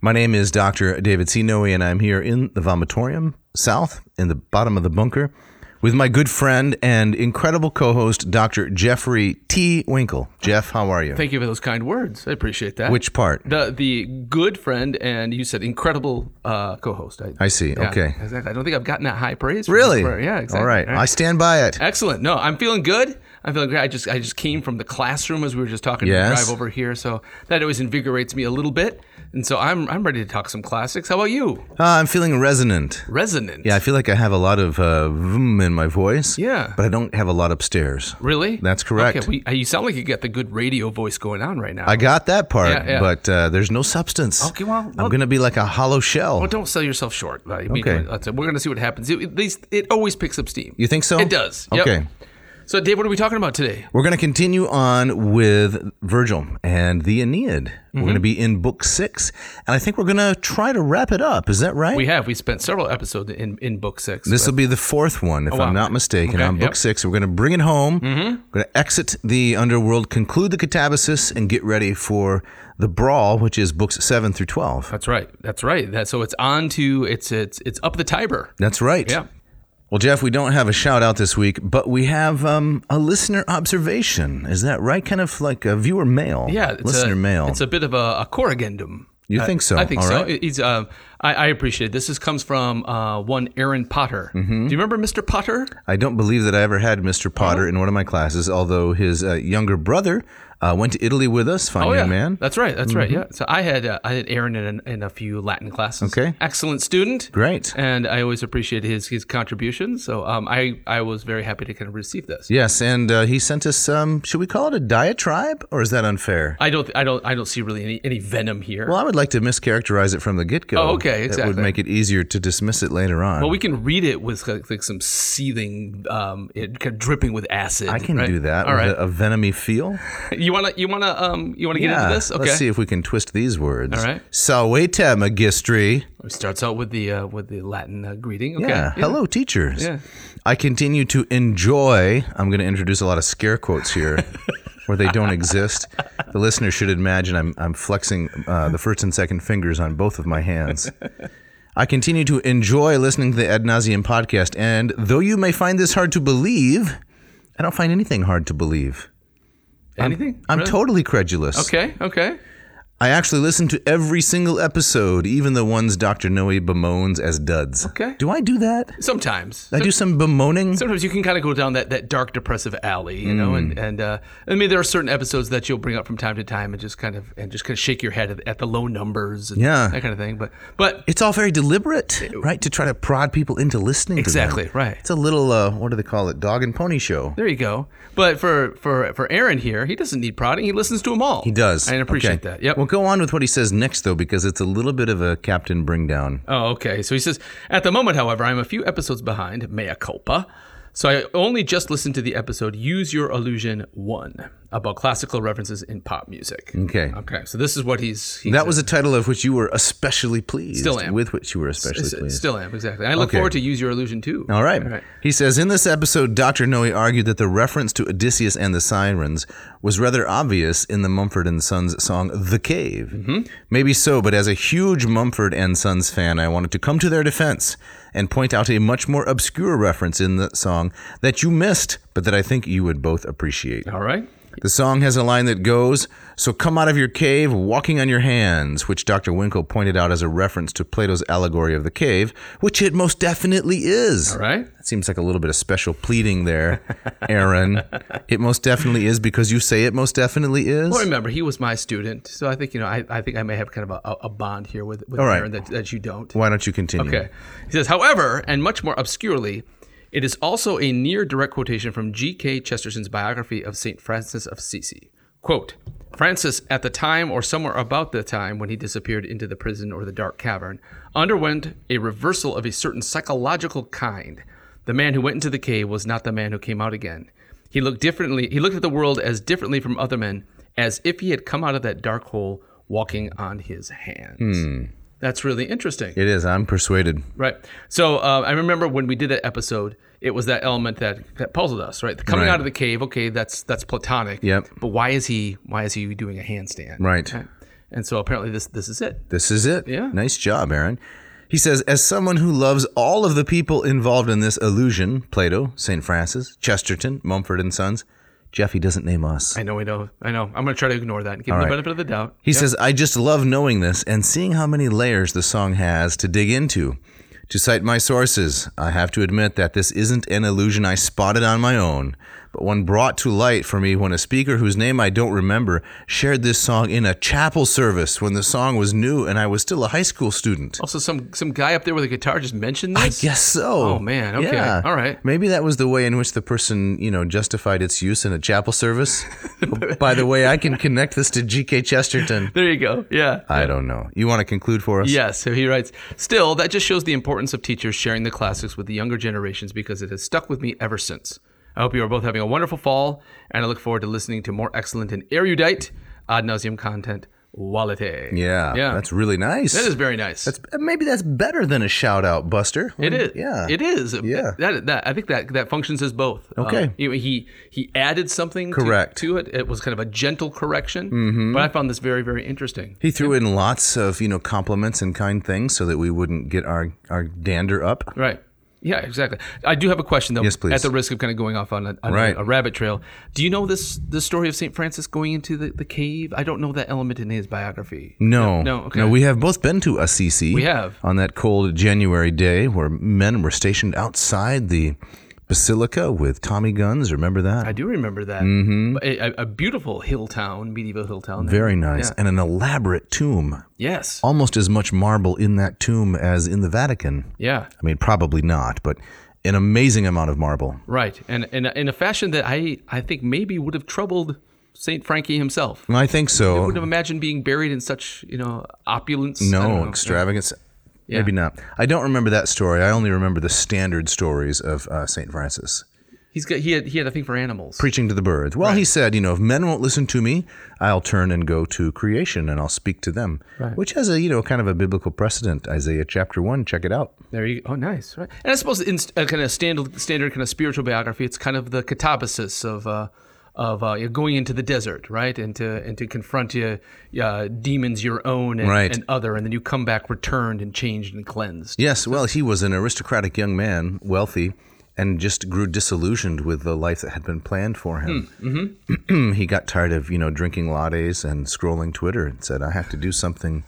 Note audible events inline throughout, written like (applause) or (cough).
My name is Dr. David C. Noe, and I'm here in the vomitorium south in the bottom of the bunker with my good friend and incredible co host, Dr. Jeffrey T. Winkle. Jeff, how are you? Thank you for those kind words. I appreciate that. Which part? the the good friend and you said incredible uh, co-host. I see. yeah, Okay. Exactly. I don't think I've gotten that high praise. from Really? this part. Yeah. Exactly. Uh, All right. I stand by it. Excellent. No, I'm feeling good. I'm feeling great. I just I just came from the classroom as we were just talking Yes. to drive over here, so that always invigorates me a little bit. And so I'm I'm ready to talk some classics. How about you? Uh, I'm feeling resonant. Resonant. Yeah, I feel like I have a lot of uh, vroom in my voice. Yeah. But I don't have a lot upstairs. Really? That's correct. Okay. We, uh, you sound like you got the good radio voice going on right now. I got that part, Yeah, yeah. but uh, there's no substance. Okay, well, I'm well- going to be like a hollow shell. Well, don't sell yourself short. I mean, Okay. that's it. We're going to see what happens. It, at least it always picks up steam. You think so? It does. Yep. Okay. So, Dave, what are we talking about today? We're going to continue on with Virgil and the Aeneid. We're Mm-hmm. going to be in book six, and I think we're going to try to wrap it up. Is that right? We have we spent several episodes in in book six. this will be the fourth one, if I'm Oh, wow. not mistaken, Okay, on book yep. Mm-hmm. six. We're going to bring it home. We're going to exit the underworld, conclude the catabasis, and get ready for the brawl, which is books seven through 12. that's right. That's right. That so it's on to it's it's it's up the Tiber. That's right. Yeah. Well, Jeff, we don't have a shout out this week, but we have um, a listener observation. Is that right? Kind of like a viewer mail. Yeah, it's listener a, mail. It's a bit of a, a corrigendum. You think so? I think All so. right. It- It's, uh, I, I appreciate it. This is, comes from uh, one Aaron Potter. Mm-hmm. Do you remember Mr. Potter? I don't believe that I ever had Mr. Potter Oh. in one of my classes, although his uh, younger brother uh, went to Italy with us, fine young Oh, yeah, Oh, man. Mm-hmm. That's right. That's right. Yeah. So I had uh, I had Aaron in, in a few Latin classes. Okay. Excellent student. Great. And I always appreciate his his contribution. So um, I I was very happy to kind of receive this. Yes, and uh, he sent us, um, should we call it a diatribe, or is that unfair? I don't I don't I don't see really any any venom here. well, I would like to mischaracterize it from the get go. Oh, okay, That would exactly. make it easier to dismiss it later on. Well, we can read it with like, like some seething, um, it kind of dripping with acid. I can right? do that All with right. a, a venomy feel. (laughs) you wanna, you wanna, um, you wanna get into this? Okay. Let's see if we can twist these words. All right. Salvete magistri. It starts out with the uh, with the Latin uh, greeting. Okay. Yeah. Hello, teachers. Yeah. I continue to enjoy. I'm going to introduce a lot of scare quotes (laughs) here where they don't exist. The listener should imagine I'm, I'm flexing uh, the first and second fingers on both of my hands. I continue to enjoy listening to the Ad nauseum podcast. And though you may find this hard to believe, I don't find anything hard to believe. Anything? I'm Really? totally credulous. Okay. Okay. I actually listen to every single episode, even the ones Dr. Noe bemoans as duds. Okay. Do I do that? Sometimes. I do some bemoaning. Sometimes you can kind of go down that, that dark, depressive alley, you know, Mm. and and uh, I mean there are certain episodes that you'll bring up from time to time and just kind of and just kind of shake your head at, at the low numbers, and Yeah. that kind of thing. But but it's all very deliberate, right? To try to prod people into listening. Exactly, to them. right. It's a little, uh, what do they call it? Dog and pony show. There you go. But for for for Aaron here, he doesn't need prodding. He listens to them all. He does. I appreciate Okay. that. Yep. Well, go on with what he says next, though, because it's a little bit of a captain bring down. oh, okay. So he says, at the moment, however, I'm a few episodes behind. Mea culpa. So I only just listened to the episode "Use Your Illusion One" about classical references in pop music. Okay. Okay. So this is what he's. he's That was a title of which you were especially pleased. Still am. With which you were especially It's- pleased. Still am exactly. I look Okay. forward to use your illusion too. All right. All right. He says in this episode, Dr. Noe argued that the reference to Odysseus and the Sirens was rather obvious in the Mumford and Sons song "The Cave." Mm-hmm. Maybe so, but as a huge Mumford and Sons fan, I wanted to come to their defense and point out a much more obscure reference in the song that you missed, but that I think you would both appreciate. All right. The song has a line that goes, So come out of your cave walking on your hands, which Dr. Winkle pointed out as a reference to Plato's allegory of the cave, which it most definitely is. All right. That seems like a little bit of special pleading (laughs) there, Aaron. it most definitely is because you say it most definitely is. Well, remember, he was my student, so I think you know. I, I think I may have kind of a, a bond here with with All right. Aaron that, that you don't. Why don't you continue? Okay. He says, however, and much more obscurely, it is also a near direct quotation from G.K. Chesterton's biography of St. Francis of Assisi. Quote, Francis, at the time or somewhere about the time when he disappeared into the prison or the dark cavern, underwent a reversal of a certain psychological kind. The man who went into the cave was not the man who came out again. He looked differently. He looked at the world as differently from other men, as if he had come out of that dark hole walking on his hands. That's really interesting. It is. I'm persuaded. Right. So uh, I remember when we did that episode, it was that element that, that puzzled us, right? The coming Right. out of the cave, okay, that's that's platonic. Yep. But why is he why is he doing a handstand? Right. And so apparently this this is it. This is it. Yeah. Nice job, Aaron. He says, as someone who loves all of the people involved in this illusion, Plato, St. Francis, Chesterton, Mumford and Sons, Jeffy doesn't name us. I know we know. I know. I'm gonna try to ignore that and give him right. the benefit of the doubt. He says, I just love knowing this and seeing how many layers the song has to dig into. To cite my sources, I have to admit that this isn't an illusion I spotted on my own, but one brought to light for me when a speaker whose name I don't remember shared this song in a chapel service when the song was new and I was still a high school student. Also some some guy up there with a guitar just mentioned I this. guess so. Oh, man. Okay. All right. Maybe that was the way in which the person, you know, justified its use in a chapel (laughs) service. By the way, I can connect this to G.K. Chesterton. There you go. Yeah. I don't know. You want to conclude for us? Yes, so he writes, still, that just shows the importance of teachers sharing the classics with the younger generations because it has stuck with me ever since. I hope you are both having a wonderful fall, and I look forward to listening to more excellent and erudite ad nauseum content. Quality. Yeah, Yeah. that's really nice. Uh, That is very nice. That's, Maybe that's better than a shout out, Buster. it is. Yeah. It is. Yeah. That, that I think that that functions as both. Okay. Um, he- he he added something to- Correct. Mm-hmm. to, it. It was kind of a gentle correction, but I found this very very interesting. He threw in lots of you know compliments and kind things so that we wouldn't get our our dander up. Right. Yeah, exactly. I do have a question though. Yes, please. At the risk of kind of going off on a, on a- Right. a rabbit trail, do you know this the story of Saint Francis going into the, the cave? I don't know that element in his biography. No, No, okay. we have both been to Assisi. We have. on that cold January day where men were stationed outside the basilica with Tommy guns. Remember that? I do remember that. But A, a- a beautiful hill town, medieval hill town. there. Mm-hmm. Very nice, Yeah. and an elaborate tomb. Yes. Almost as much marble in that tomb as in the Vatican. Yeah. I mean, probably not, but an amazing amount of marble. Right. And and in a fashion that I I think maybe would have troubled Saint Frankie himself. I think so. Wouldn't have imagined being buried in such you know opulence. I don't Oh. No, know. extravagance. Maybe not. I don't remember that story. I only remember the standard stories of uh, St. Francis He's got he had he had a thing for animals. preaching to the birds. Well, he said, you know, if men won't listen to me, I'll turn and go to creation and I'll speak to them, which has a, you know, kind of a biblical precedent. Isaiah chapter 1, check it out. There you go. Oh, nice. Right. And I suppose in a kind of standard, standard kind of spiritual biography, it's kind of the catabasis of uh, of uh, you're going into the desert, right, and to and to confront your uh, demons, your own and, Right. and other, and then you come back returned and changed and cleansed. Yes, well, he was an aristocratic young man, wealthy, and just grew disillusioned with the life that had been planned for him. Hmm, Mm-hmm. (clears throat) he got tired of, you know, drinking lattes and scrolling Twitter and said, I have to do (laughs) something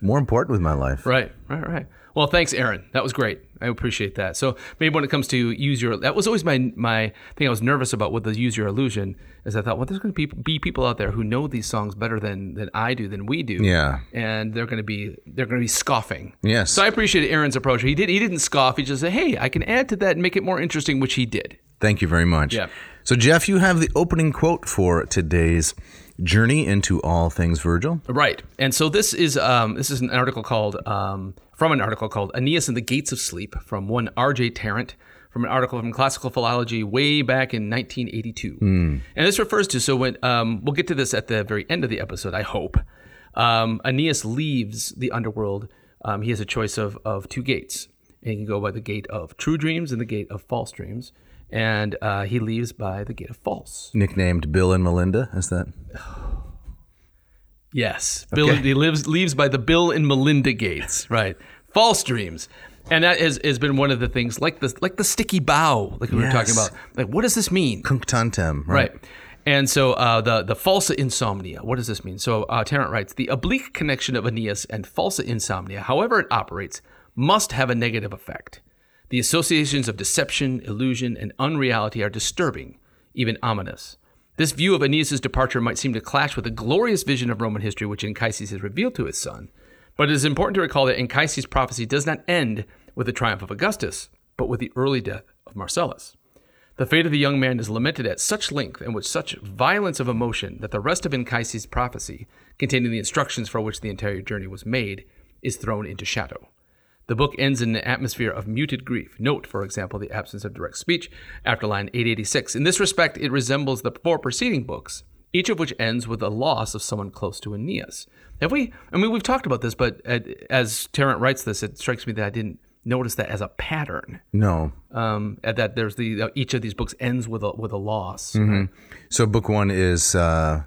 more important with my life. Right. Right. Right. Well, thanks, Aaron. That was great. I appreciate that. So maybe when it comes to use your, that was always my my thing. I was nervous about with the use your illusion, is I thought, well, there's going to be, be people out there who know these songs better than than I do, than we do. Yeah. and they're going to be they're going to be scoffing. Yes. So I appreciate Aaron's approach. He did he didn't scoff. He just said, "Hey, I can add to that and make it more interesting," which he did. Thank you very much. Yeah. So, Jeff, you have the opening quote for today's journey into all things Virgil. Right. And so this is um, this is an article called um, from an article called Aeneas and the Gates of Sleep from one R.J. Tarrant from an article from Classical Philology way back in 1982. And this refers to so when um, we'll get to this at the very end of the episode, I hope. Um, Aeneas leaves the underworld. Um, he has a choice of of two gates, and he can go by the gate of true dreams and the gate of false dreams. And uh, he leaves by the gate of false. Nicknamed Bill and Melinda, is that? Yes, Bill. He lives leaves by the Bill and Melinda Gates. Right, false dreams, and that has, has been one of the things like the like the sticky bow, like we were talking Yes. about. Like, what does this mean? Cunctantem, right? Right. And so uh, the the falsa insomnia. What does this mean? So uh, Tarrant writes the oblique connection of Aeneas and falsa insomnia, however it operates, must have a negative effect. The associations of deception, illusion, and unreality are disturbing, even ominous. This view of Aeneas's departure might seem to clash with the glorious vision of Roman history which Anchises has revealed to his son. But it is important to recall that Anchises' prophecy does not end with the triumph of Augustus, but with the early death of Marcellus. The fate of the young man is lamented at such length and with such violence of emotion that the rest of Anchises' prophecy, containing the instructions for which the entire journey was made, is thrown into shadow. The book ends in an atmosphere of muted grief. Note, for example, the absence of direct speech after line 886. In this respect, it resembles the four preceding books, each of which ends with the loss of someone close to Aeneas. Have we? I mean, we've talked about this, but uh, as Tarrant writes this, it strikes me that I didn't notice that as a pattern. No. Um, and that there's the uh, each of these books ends with a with a loss. Mm-hmm. So book one is uh,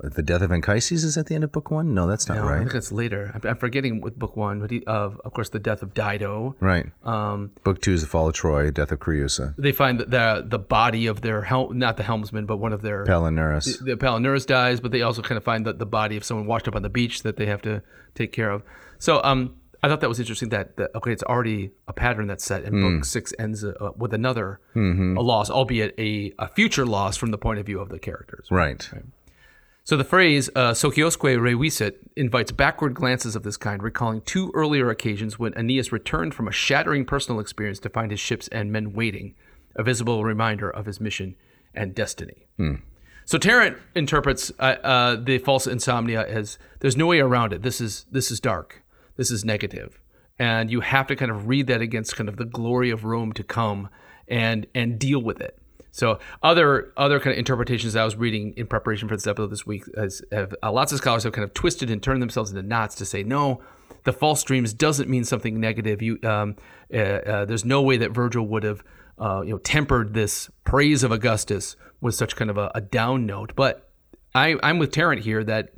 the death of Anchises. Is at the end of book one? No, that's not No, I right. think it's later. I'm, I'm forgetting with book one, but he, of of course the death of Dido. Right. Um, book two is the fall of Troy, death of Creusa, They find that the the body of their hel- not the helmsman, but one of their Palinurus. the Palinurus dies, but they also kind of find that the body of someone washed up on the beach that they have to take care of. So um, I thought that was interesting that, that okay, it's already a pattern that's set, and Mm. book six ends uh, with another Mm-hmm. a loss, albeit a, a future loss from the point of view of the characters. Right. So the phrase uh, "sociosque revisit" invites backward glances of this kind, recalling two earlier occasions when Aeneas returned from a shattering personal experience to find his ships and men waiting, a visible reminder of his mission and destiny. So Tarrant interprets uh, uh, the false insomnia as there's no way around it. This is this is dark. This is negative, and you have to kind of read that against kind of the glory of Rome to come and and deal with it. So other other kind of interpretations I was reading in preparation for this episode this week as have, uh, lots of scholars have kind of twisted and turned themselves into knots to say no. The false dreams doesn't mean something negative. You, um, uh, uh, there's no way that Virgil would have uh, you know, tempered this praise of Augustus with such kind of a, a down note. But I, I'm with Tarrant here that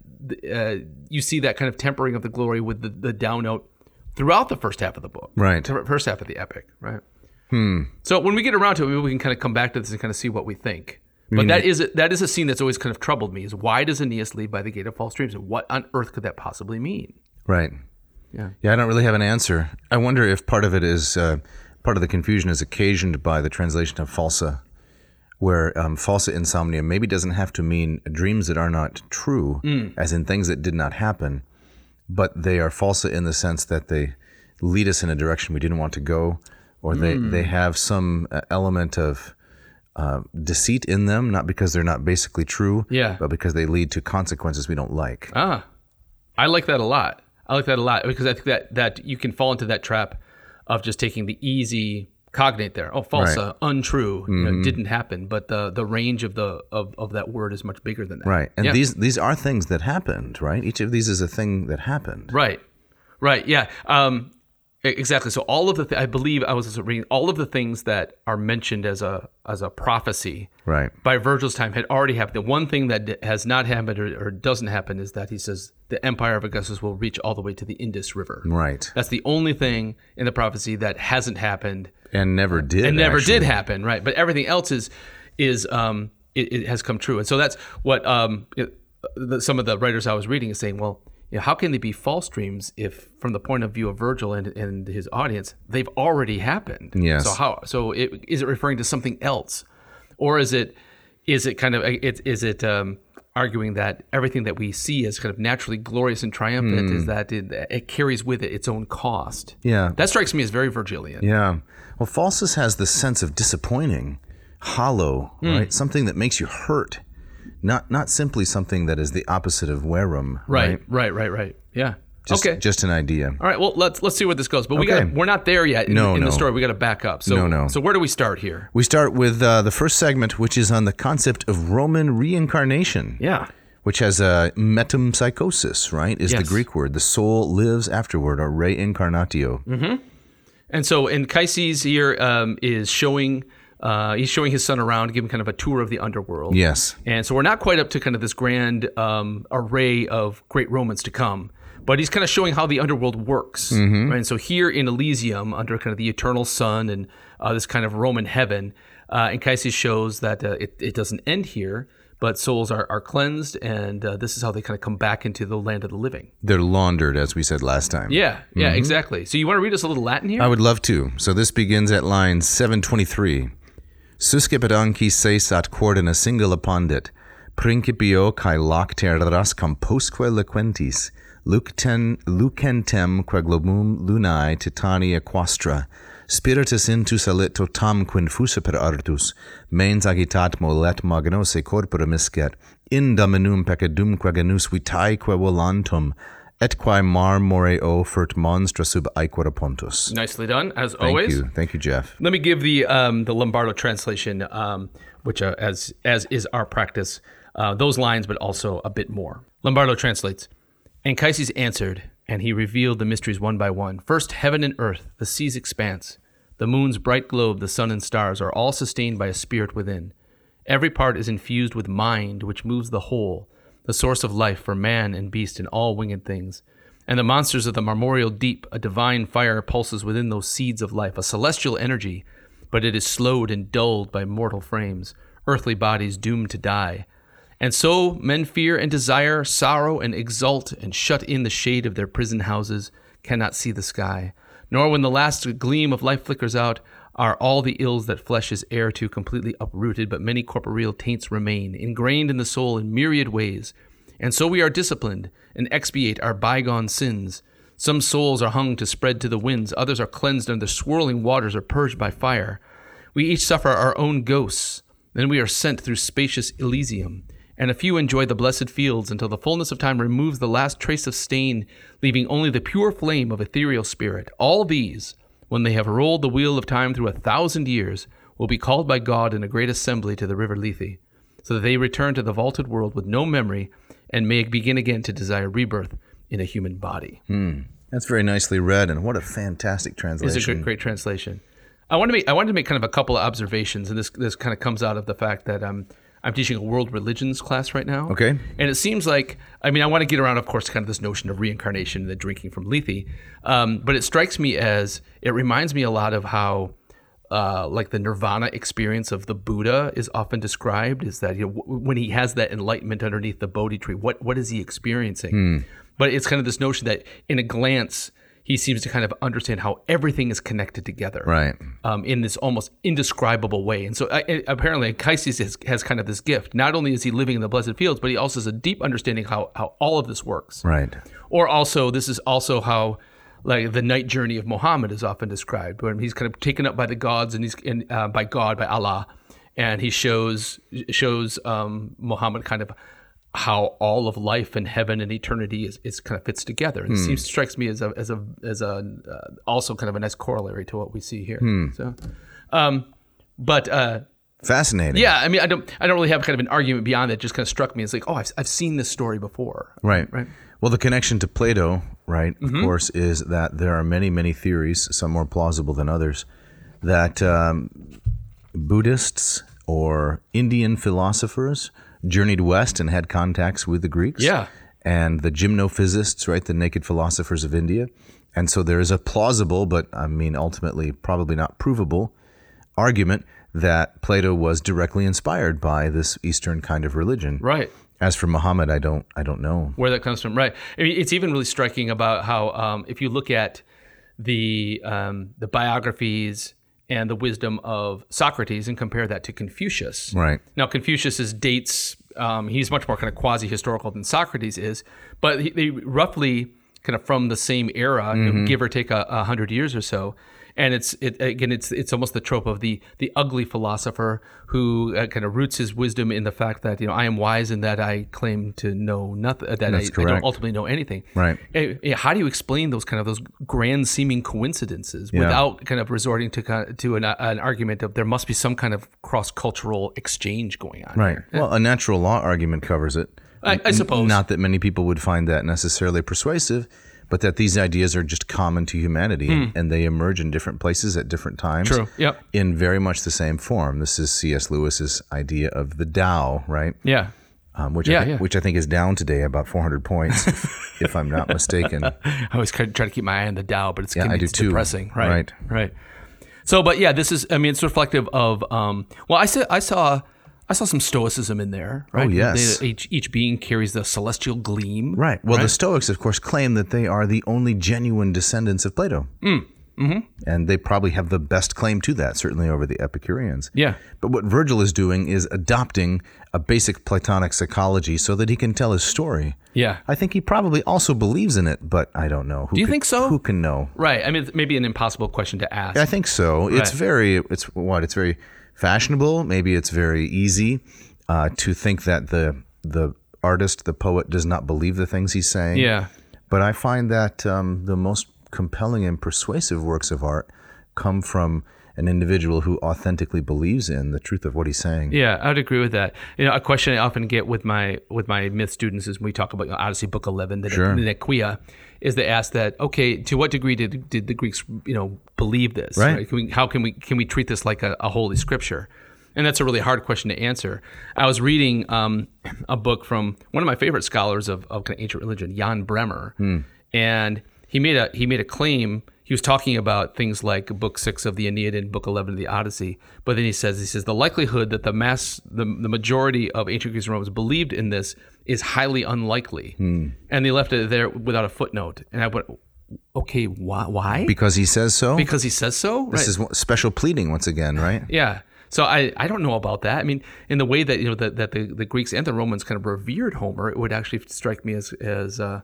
uh, you see that kind of tempering of the glory with the, the down note throughout the first half of the book, Right. The First half of the epic, right? Hmm. So when we get around to it, maybe we can kind of come back to this and kind of see what we think. But that is a, that is a scene that's always kind of troubled me. Is why does Aeneas leave by the gate of false dreams, and what on earth could that possibly mean? Right. Yeah. Yeah, I don't really have an answer. I wonder if part of it is uh, part of the confusion is occasioned by the translation of falsa, where um, falsa insomnia maybe doesn't have to mean dreams that are not true, Mm. as in things that did not happen, but they are falsa in the sense that they lead us in a direction we didn't want to go, or they, Mm. they have some uh, element of uh, deceit in them, not because they're not basically true, Yeah. but because they lead to consequences we don't like. Ah, I like that a lot. I like that a lot because I think that that you can fall into that trap of just taking the easy cognate there. Oh, false, Right. Mm-hmm. uh, untrue, you know, didn't happen. But the the range of the of, of that word is much bigger than that. Right. And Yeah. these these are things that happened, right? Each of these is a thing that happened. Right. Right. Yeah. Um, e- exactly. So all of the, th- I believe I was just reading all of the things that are mentioned as a as a prophecy. Right. By Virgil's time had already happened. The one thing that d- has not happened or, or doesn't happen is that he says the empire of Augustus will reach all the way to the Indus River. Right. That's the only thing in the prophecy that hasn't happened And never did. and never actually. did happen, right? But everything else is is um, it, it has come true, and so that's what um, it, the, some of the writers I was reading is saying. Well, you know, how can they be false dreams if, from the point of view of Virgil and, and his audience, they've already happened? Yes. So how? So it, is it referring to something else, or is it is it kind of uh, it, is it um, arguing that everything that we see as kind of naturally glorious and triumphant is that it, it carries with it its own cost? Hmm. Yeah. That strikes me as very Virgilian. Yeah. Well, falsus has the sense of disappointing, hollow, Hmm. right? Something that makes you hurt. Not not simply something that is the opposite of werum. Right, right, right, right. Yeah. Just, okay. Just an idea. All right. Well, let's let's see where this goes. But we Okay. got we're not there yet in, No, in no. the story. We got to back up. So No, no. So where do we start here? We start with uh, the first segment, which is on the concept of Roman reincarnation. Yeah. which has a metempsychosis, right? Is the Yes. Greek word. The soul lives afterward, or reincarnatio. Mm-hmm. And so Anchises here um, is showing uh, he's showing his son around, giving kind of a tour of the underworld. Yes. And so we're not quite up to kind of this grand um, array of great Romans to come, but he's kind of showing how the underworld works. Mm-hmm. Right? And so here in Elysium, under kind of the eternal sun and uh, this kind of Roman heaven, uh, Anchises shows that uh, it, it doesn't end here, but souls are, are cleansed, and uh, this is how they kind of come back into the land of the living. They're laundered, as we said last time. Yeah, yeah, Mm-hmm. exactly. So you want to read us a little Latin here? I would love to. So this begins at line 723. Suscepit anci sesat cordina singula pondit, principio cae loc terras composque lequentis, lucten, lucentem quaglobum lunae titania quastra, spiritus intus aletto tam quinfusiper artus, mens agitat molet magnose corporum iscet, in dominum peccadumque genus vitaeque volantum, etquae marmore o fert monstra sub aequora pontus. Nicely done, as Thank always. you. Thank you, Jeff. Let me give the um, the Lombardo translation, um, which uh, as as is our practice, uh, those lines, but also a bit more. Lombardo translates, and Anchises answered, and he revealed the mysteries one by one. First, heaven and earth, the sea's expanse, the moon's bright globe, the sun and stars are all sustained by a spirit within. Every part is infused with mind, which moves the whole, the source of life for man and beast and all winged things. And the monsters of the marmoreal deep, a divine fire pulses within those seeds of life, a celestial energy, but it is slowed and dulled by mortal frames, earthly bodies doomed to die. And so men fear and desire, sorrow and exult, and shut in the shade of their prison houses, cannot see the sky. Nor when the last gleam of life flickers out, are all the ills that flesh is heir to completely uprooted, but many corporeal taints remain, ingrained in the soul in myriad ways. And so we are disciplined and expiate our bygone sins. Some souls are hung to spread to the winds, others are cleansed under swirling waters or purged by fire. We each suffer our own ghosts. Then we are sent through spacious Elysium, and a few enjoy the blessed fields until the fullness of time removes the last trace of stain, leaving only the pure flame of ethereal spirit. All these, when they have rolled the wheel of time through a thousand years, will be called by God in a great assembly to the river Lethe, so that they return to the vaulted world with no memory and may begin again to desire rebirth in a human body. That's very nicely read, and what a fantastic It's translation. a great, great translation. I want to make I wanted to make kind of a couple of observations, and this this kind of comes out of the fact that um, I'm teaching a world religions class right now. Okay. and it seems like I mean I want to get around, of course, kind of this notion of reincarnation and the drinking from Lethe, um, but it strikes me as it reminds me a lot of how. Uh, like the nirvana experience of the Buddha is often described is that you know, w- when he has that enlightenment underneath the Bodhi tree, what what is he experiencing? But it's kind of this notion that in a glance, he seems to kind of understand how everything is connected together Right. um, in this almost indescribable way. And so I, I- apparently, Anchises has, has kind of this gift. Not only is he living in the blessed fields, but he also has a deep understanding how how all of this works. Right. Or also, this is also how like the night journey of Muhammad is often described, when he's kind of taken up by the gods and he's and, uh, by God by Allah, and he shows shows um, Muhammad kind of how all of life and heaven and eternity is, is kind of fits together. And It seems strikes me as a as a as a uh, also kind of a nice corollary to what we see here. So, um, but. Uh, Fascinating. yeah, I mean, I don't, I don't really have kind of an argument beyond that. It just kind of struck me. It's like, oh, I've, I've seen this story before. Right. Right. Mm-hmm. Well, the connection to Plato, right, of course, is that there are many, many theories, some more plausible than others, that um, Buddhists or Indian philosophers journeyed west and had contacts with the Greeks. Yeah. And the gymnophysicists, right, the naked philosophers of India. And so there is a plausible, but I mean, ultimately, probably not provable argument that Plato was directly inspired by this Eastern kind of religion. Right. As for Muhammad, I don't, I don't know. where that comes from, right? I mean, it's even really striking about how um, if you look at the um, the biographies and the wisdom of Socrates and compare that to Confucius, Right. Now Confucius's dates, um, he's much more kind of quasi historical than Socrates is, but he, they roughly kind of from the same era, you know, Mm-hmm. give or take a, a hundred years or so. And it's it again, it's it's almost the trope of the the ugly philosopher who uh, kind of roots his wisdom in the fact that you know I am wise and that I claim to know nothing, that I, I don't correct. ultimately know anything. Right. Eh, eh, How do you explain those kind of those grand seeming coincidences without kind of resorting to kind to an, uh, an argument of there must be some kind of cross cultural exchange going on? Right. Well, a natural law argument covers it. I- I N- suppose. Not that many people would find that necessarily persuasive, but that these ideas are just common to humanity and, and they emerge in different places at different times. Hmm. True. Yep. In very much the same form. This is C.S. Lewis's idea of the Tao, right? Yeah. Um, which, Yeah, I thi- yeah. which I think is down today about 400 (laughs) points, if, if I'm not mistaken. I always try try to keep my eye on the Dow, but it's, I getting do it's too. depressing. Right. Right. Right. So, but yeah, this is. I mean, it's reflective of. Um, well, I said I saw. I saw some stoicism in there. Right? Oh, yes. They- each each being carries the celestial gleam. Mm. Right. Well, the Stoics, of course, claim that they are the only genuine descendants of Plato. Mm-hmm. And they probably have the best claim to that, certainly over the Epicureans. Yeah. But what Virgil is doing is adopting a basic Platonic psychology so that he can tell his story. Yeah. I think he probably also believes in it, but I don't know. Who Do you could- think so? Who can know? Right. I mean, it's maybe an impossible question to ask. I think so. It's Right. very, it's what, it's very fashionable. Maybe it's very easy uh, to think that the the artist, the poet, does not believe the things he's saying. Yeah. But I find that um, the most compelling and persuasive works of art come from an individual who authentically believes in the truth of what he's saying. Yeah, I would agree with that. You know, a question I often get with my with my myth students is when we talk about you know, Odyssey Book Eleven, the, the Nequia, is they ask that okay, to what degree did did the Greeks you know believe this? Right. Can we, how can we can we treat this like a, a holy scripture? And that's a really hard question to answer. I was reading um, a book from one of my favorite scholars of, of kind of ancient religion, Jan Bremer, and he made a he made a claim. He was talking about things like Book Six of the Aeneid and Book Eleven of the Odyssey. But then he says he says the likelihood that the mass the, the majority of ancient Greeks and Romans believed in this is highly unlikely, Hmm. and they left it there without a footnote. And I went, okay, why? why? Because he says so. Because he says so. this is one- special pleading once again, right? Yeah. So I, I don't know about that. I mean, in the way that you know that, that the, the Greeks and the Romans kind of revered Homer, it would actually strike me as as uh,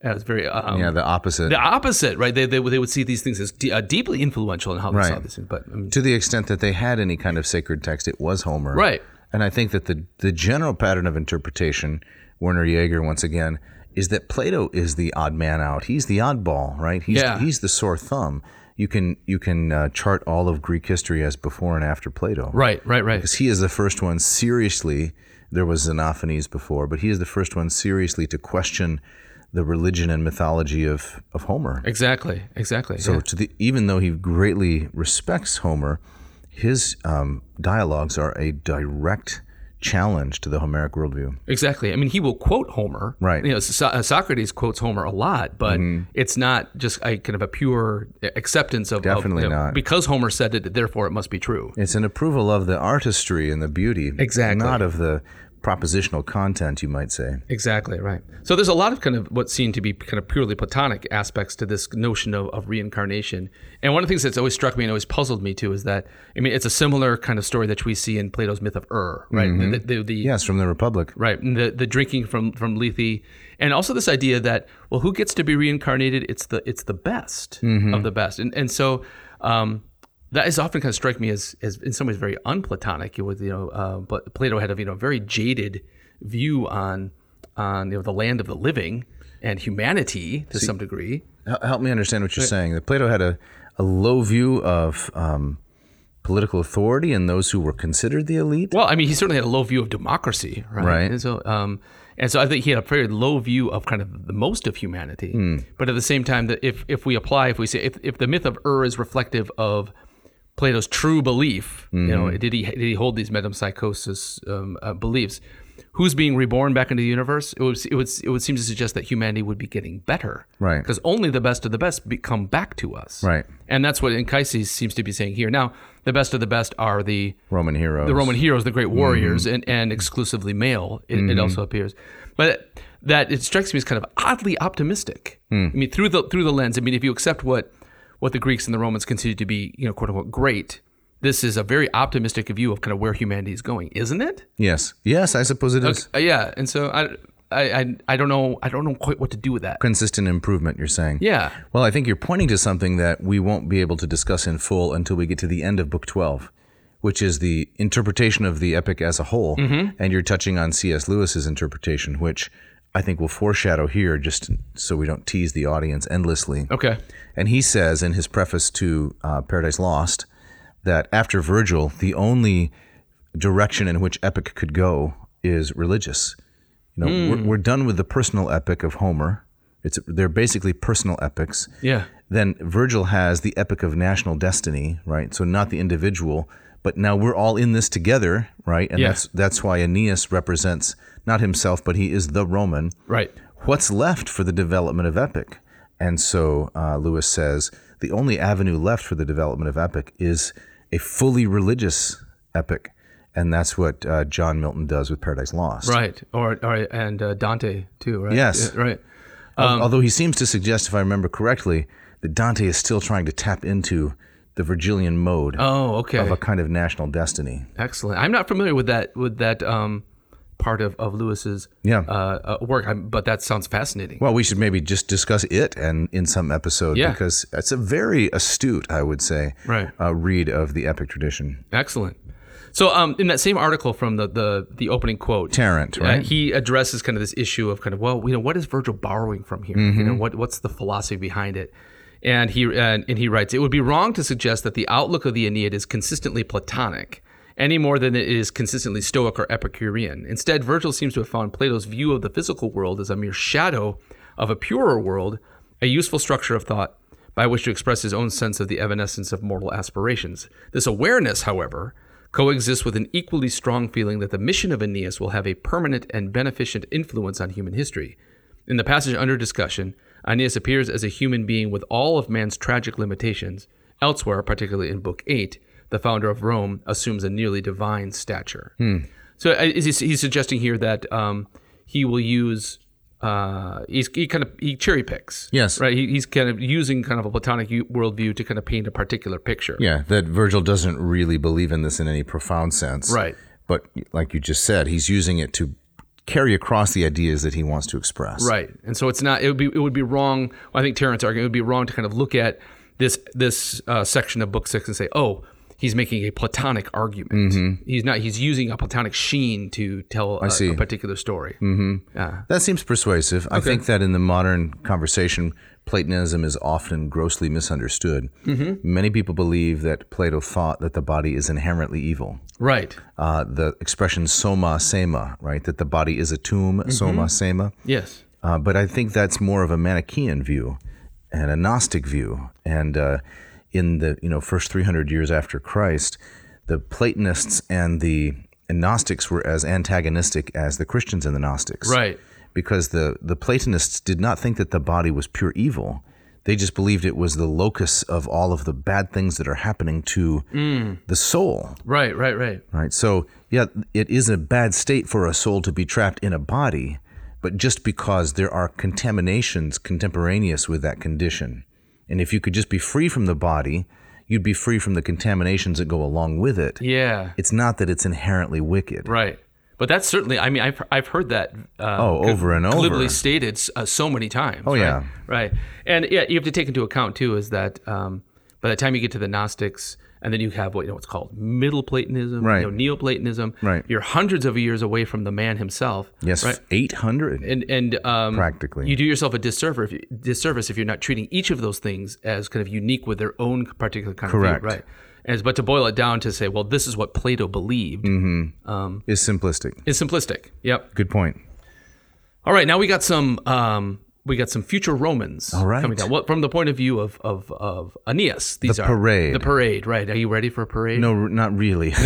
as very um, Yeah, the opposite. the opposite, right? They, they would- they would see these things as de- uh, deeply influential in how they saw Right. these things. But um, I mean, to the extent that they had any kind of sacred text, it was Homer. Right. And I think that the, the general pattern of interpretation, Werner Jaeger once again, is that Plato is the odd man out. He's the oddball, right? He's, Yeah. he's the sore thumb. You can you can uh, chart all of Greek history as before and after Plato. right, right, right. Because he is the first one seriously, there was Xenophanes before, but he is the first one seriously to question the religion and mythology of, of Homer. Exactly, exactly. So to the, even though he greatly respects Homer, his um, dialogues are a direct challenge to the Homeric worldview. Exactly. I mean, he will quote Homer. Right. Mm-hmm. You know, so- uh, Socrates quotes Homer a lot, but it's not just a kind of a pure acceptance of of, Definitely you know, not. because Homer said it. Therefore, it must be true. It's an approval of the artistry and the beauty, Exactly. not of the propositional content, you might say. Exactly right. So there's a lot of kind of what seem to be kind of purely platonic aspects to this notion of, of reincarnation. And one of the things that's always struck me and always puzzled me too is that I mean it's a similar kind of story that we see in Plato's myth of Ur, right? The, the, the- Yes, from the Republic. Right, and the the drinking from from Lethe, and also this idea that well, who gets to be reincarnated? It's the it's the best of the best, and and so um, that is often kind of strike me as as in some ways very unplatonic. It was you know, uh, but Plato had a you know very jaded view on on you know the land of the living and humanity to some degree. Hel- Help me understand what you're saying. That Plato had a, a low view of um, political authority and those who were considered the elite. Well, I mean, he certainly had a low view of democracy, right? Right. And so, um, and so I think he had a very low view of kind of the most of humanity. Hmm. But at the same time, that if if we apply, if we say, if, if the myth of Ur is reflective of Plato's true belief, you know, Hmm. did he did he hold these metempsychosis um, uh, beliefs? Who's being reborn back into the universe? It would it would it would seem to suggest that humanity would be getting better, Right. Because only the best of the best be, come back to us, Right. And that's what Anchises E seems to be saying here. Now, the best of the best are the Roman heroes. the Roman heroes, the great warriors, Mm-hmm. and, and exclusively male, it, it also appears. But that it strikes me as kind of oddly optimistic. Hmm. I mean, through the through the lens, I mean, if you accept what what the Greeks and the Romans considered to be, you know, quote unquote, great, this is a very optimistic view of kind of where humanity is going, isn't it? Yes. Yes, I suppose it is. Uh, yeah, and so I, I, I, I don't know, I don't know quite what to do with that. Consistent improvement, you're saying. Yeah, Well, I think you're pointing to something that we won't be able to discuss in full until we get to the end of Book 12, which is the interpretation of the epic as a whole. And you're touching on C.S. Lewis's interpretation, which I think we'll foreshadow here just so we don't tease the audience endlessly. okay, And he says in his preface to uh, Paradise Lost that after Virgil, the only direction in which epic could go is religious. You know, we're, we're done with the personal epic of Homer. It's they're basically personal epics. yeah, Then Virgil has the epic of national destiny, right? So not the individual, but now we're all in this together, right? And Yeah. that's that's why Aeneas represents not himself, but he is the Roman right, what's left for the development of Epic? And so uh, Lewis says the only avenue left for the development of Epic is a fully religious Epic. And that's what uh, John Milton does with Paradise Lost. right, or, or and uh, Dante too, right? Yes. Yeah, right. um, Although he seems to suggest, if I remember correctly, that Dante is still trying to tap into the Virgilian mode Oh, okay. of a kind of national destiny. Excellent. I'm not familiar with that with that um, part of of Lewis's Yeah. uh, uh, work, i but that sounds fascinating. Well, we should maybe just discuss it and in some episode Yeah. because it's a very astute, I would say, Right. uh, read of the epic tradition. Excellent. So, um, in that same article from the the, the opening quote, Tarrant, uh, right? he addresses kind of this issue of kind of well, you know, what is Virgil borrowing from here? You Mm-hmm. know, what what's the philosophy behind it? And he and, and he writes, it would be wrong to suggest that the outlook of the Aeneid is consistently Platonic. Any more than it is consistently Stoic or Epicurean. Instead, Virgil seems to have found Plato's view of the physical world as a mere shadow of a purer world, a useful structure of thought by which to express his own sense of the evanescence of mortal aspirations. This awareness, however, coexists with an equally strong feeling that the mission of Aeneas will have a permanent and beneficent influence on human history. In the passage under discussion, Aeneas appears as a human being with all of man's tragic limitations. Elsewhere, particularly in Book 8, the founder of Rome assumes a nearly divine stature. So uh, is he, he's suggesting here that um, he will use. Uh, he's, he kind of he cherry picks. Yes. right. He, he's kind of using kind of a Platonic u- worldview to kind of paint a particular picture. yeah, that Virgil doesn't really believe in this in any profound sense. Right. But like you just said, he's using it to carry across the ideas that he wants to express. Right. And so it's not. It would be. It would be wrong. I think Terrence arguing it would be wrong to kind of look at this this uh, section of Book Six and say, oh, he's making a Platonic argument. He's not. He's using a Platonic sheen to tell a, see. a particular story. That seems persuasive. I think that in the modern conversation, Platonism is often grossly misunderstood. Mm-hmm. Many people believe that Plato thought that the body is inherently evil. Right. Uh, the expression soma sema, right? That the body is a tomb, soma sema. Yes. Uh, but I think that's more of a Manichaean view and a Gnostic view. And uh, in the you know first 300 years after Christ, the Platonists and the Gnostics were as antagonistic as the Christians and the Gnostics Right. because the, the Platonists did not think that the body was pure evil. They just believed it was the locus of all of the bad things that are happening to the soul, Right. Right. Right. right? So, yeah, it is a bad state for a soul to be trapped in a body, but just because there are contaminations contemporaneous with that condition. And if you could just be free from the body, you'd be free from the contaminations that go along with it. Yeah. It's not that it's inherently wicked. Right. But that's certainly. I mean, I've I've heard that. Uh, Oh, over and over. glibly stated s- uh, so many times. Oh right? yeah. right. And yeah, you have to take into account too is that um, by the time you get to the Gnostics, and then you have what you know what's called Middle Platonism, Right. You know, Neoplatonism. Right. You're hundreds of years away from the man himself. Yes, Right. 800. And and um, Practically. you do yourself a disservice if you, disservice if you're not treating each of those things as kind of unique with their own particular kind Correct. of view, right? As, but to boil it down to say, well, this is what Plato believed Mm. is simplistic. is simplistic. Yep. Good point. All right, now we got some um, we got some future Romans All right. coming down. What from the point of view of of, of Aeneas? These are parade. The parade, right? Are you ready for a parade? No, r- not really. (laughs)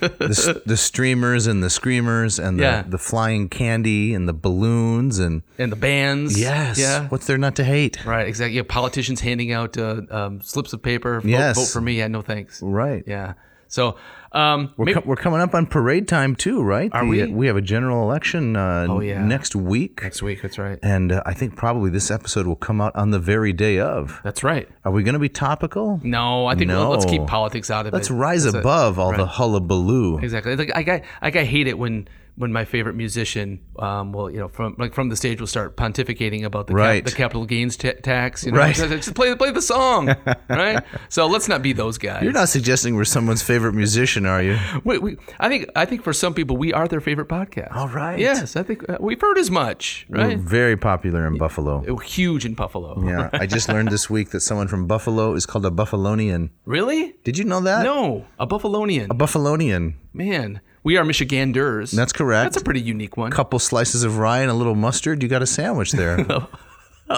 (laughs) the, s- the streamers and the screamers and the, Yeah. the flying candy and the balloons and And the bands. Yeah. what's there not to hate? Right. Exactly. Yeah. Politicians handing out uh, um, slips of paper. Vote, Yes. vote for me. Yeah. No thanks. Right. Yeah. So um, We're, maybe- co- we're coming up on parade time too, right? Are we? We have a general election uh, oh, yeah. next week, next week. That's right. and uh, I think probably this episode will come out on the very day of. That's right. Are we going to be topical? No, I think we'll- let's keep No. politics out of Let's it. rise above all the hullabaloo. Exactly. Like I got, like I hate it when when my favorite musician, um, will you know, from like from the stage will start pontificating about the cap- Right. the capital gains ta tax. You know, Right. Just play play the (laughs) song, right? So let's not be those guys. You're not suggesting we're someone's favorite musician, are (laughs) you? We, we, I think I think for some people we are their favorite podcast. All right. Yes, I think uh, we've heard as much. We're Right. very popular in Buffalo. It was Huge in Buffalo. Yeah, I just learned this week that someone from Buffalo is called a Buffalonian. Really? Did you know that? No, a Buffalonian. Buffalonian. Man, we are Michiganders. That's correct. That's a pretty unique one. couple slices of rye and a little mustard. You got a sandwich (laughs) there. A,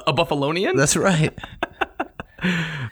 a Buffalonian. That's (laughs) right.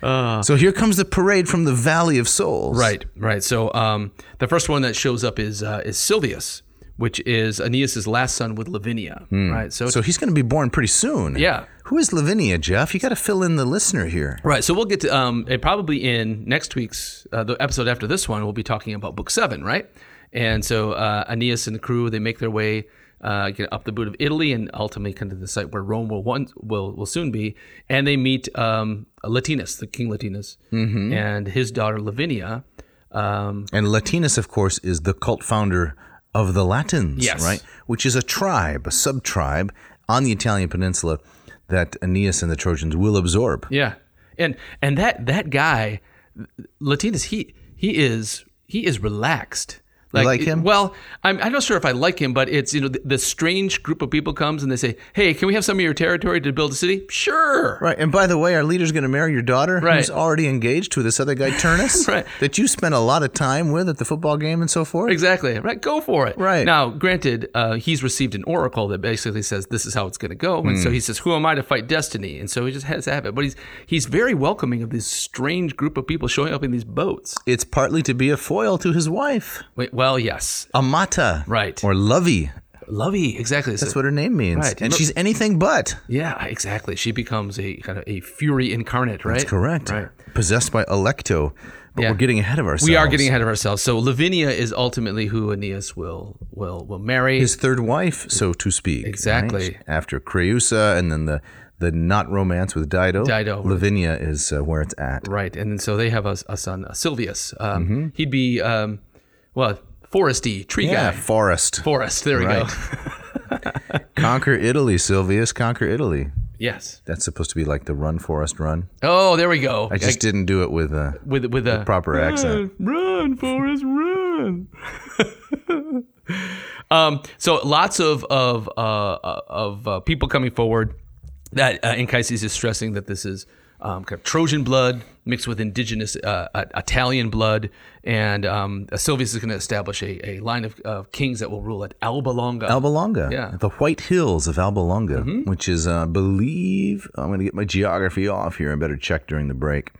so here comes the parade from the Valley of Souls. Ah. Right, right. So um, the first one that shows up is uh, is Silvius, which is Aeneas's last son with Lavinia. Right. So, So he's going to be born pretty soon. Yeah. Who is Lavinia, Jeff? You got to fill in the listener here. right. So we'll get to, um, and probably in next week's uh, the episode after this one, we'll be talking about book seven, right? And so uh, Aeneas and the crew they make their way uh, you know, up the boot of Italy and ultimately come to the site where Rome will once will, will soon be. And they meet um, Latinus, the King Latinus, and his daughter Lavinia. Um, And Latinus, of course, is the cult founder of the Latins, Yes. right? Which is a tribe, a sub tribe on the Italian peninsula that Aeneas and the Trojans will absorb. yeah, and and that that guy, Latinus, he he is he is relaxed. like it- him? Well, I'm, I'm not sure if I like him, but it's you know the, the strange group of people comes and they say, "Hey, can we have some of your territory to build a city?" Sure. Right. And by the way, our leader's going to marry your daughter, Right. who's already engaged to this other guy, Turnus, (laughs) Right. that you spent a lot of time with at the football game and so forth. Exactly. Right. Go for it. Right. Now, granted, uh, he's received an oracle that basically says this is how it's going to go, and Hmm. so he says, "Who am I to fight destiny?" And so he just has to have it. But he's he's very welcoming of this strange group of people showing up in these boats. It's partly to be a foil to his wife, Wait, well, yes, Amata. Right. Or Lovey. Lovey. Exactly. So- That's what her name means. Right. And Look- she's anything but. yeah. Exactly. She becomes a kind of a fury incarnate. Right. That's correct. Right. Possessed by Electo. But Yeah. we're getting ahead of ourselves. We are getting ahead of ourselves. So Lavinia is ultimately who Aeneas will will will marry. his third wife, so to speak. Exactly. right? After Creusa and then the the not romance with Dido. Dido. Lavinia is uh, where it's at. Right, and then so they have a, a son, uh, Silvius. Um, Mm-hmm. He'd be, um, well, foresty tree Yeah, guy. forest. Forest. There we Right. go. conquer Italy, Silvius. Conquer Italy. (laughs) Yes. That's supposed to be like the run, forest, run. Oh, there we go. I just didn't do it with a with with a proper accent. Run, Forrest, run. (laughs) um, so lots of of uh, uh, of uh, people coming forward. That uh, Anchises is stressing that this is um, kind of Trojan blood mixed with indigenous uh, uh, Italian blood, and um, Silvius is going to establish a, a line of, of kings that will rule at Alba Longa. Alba Longa. Yeah. Mm-hmm. The White Hills of Alba Longa, which is, uh, I believe, I'm going to get my geography off here. I better check during the break.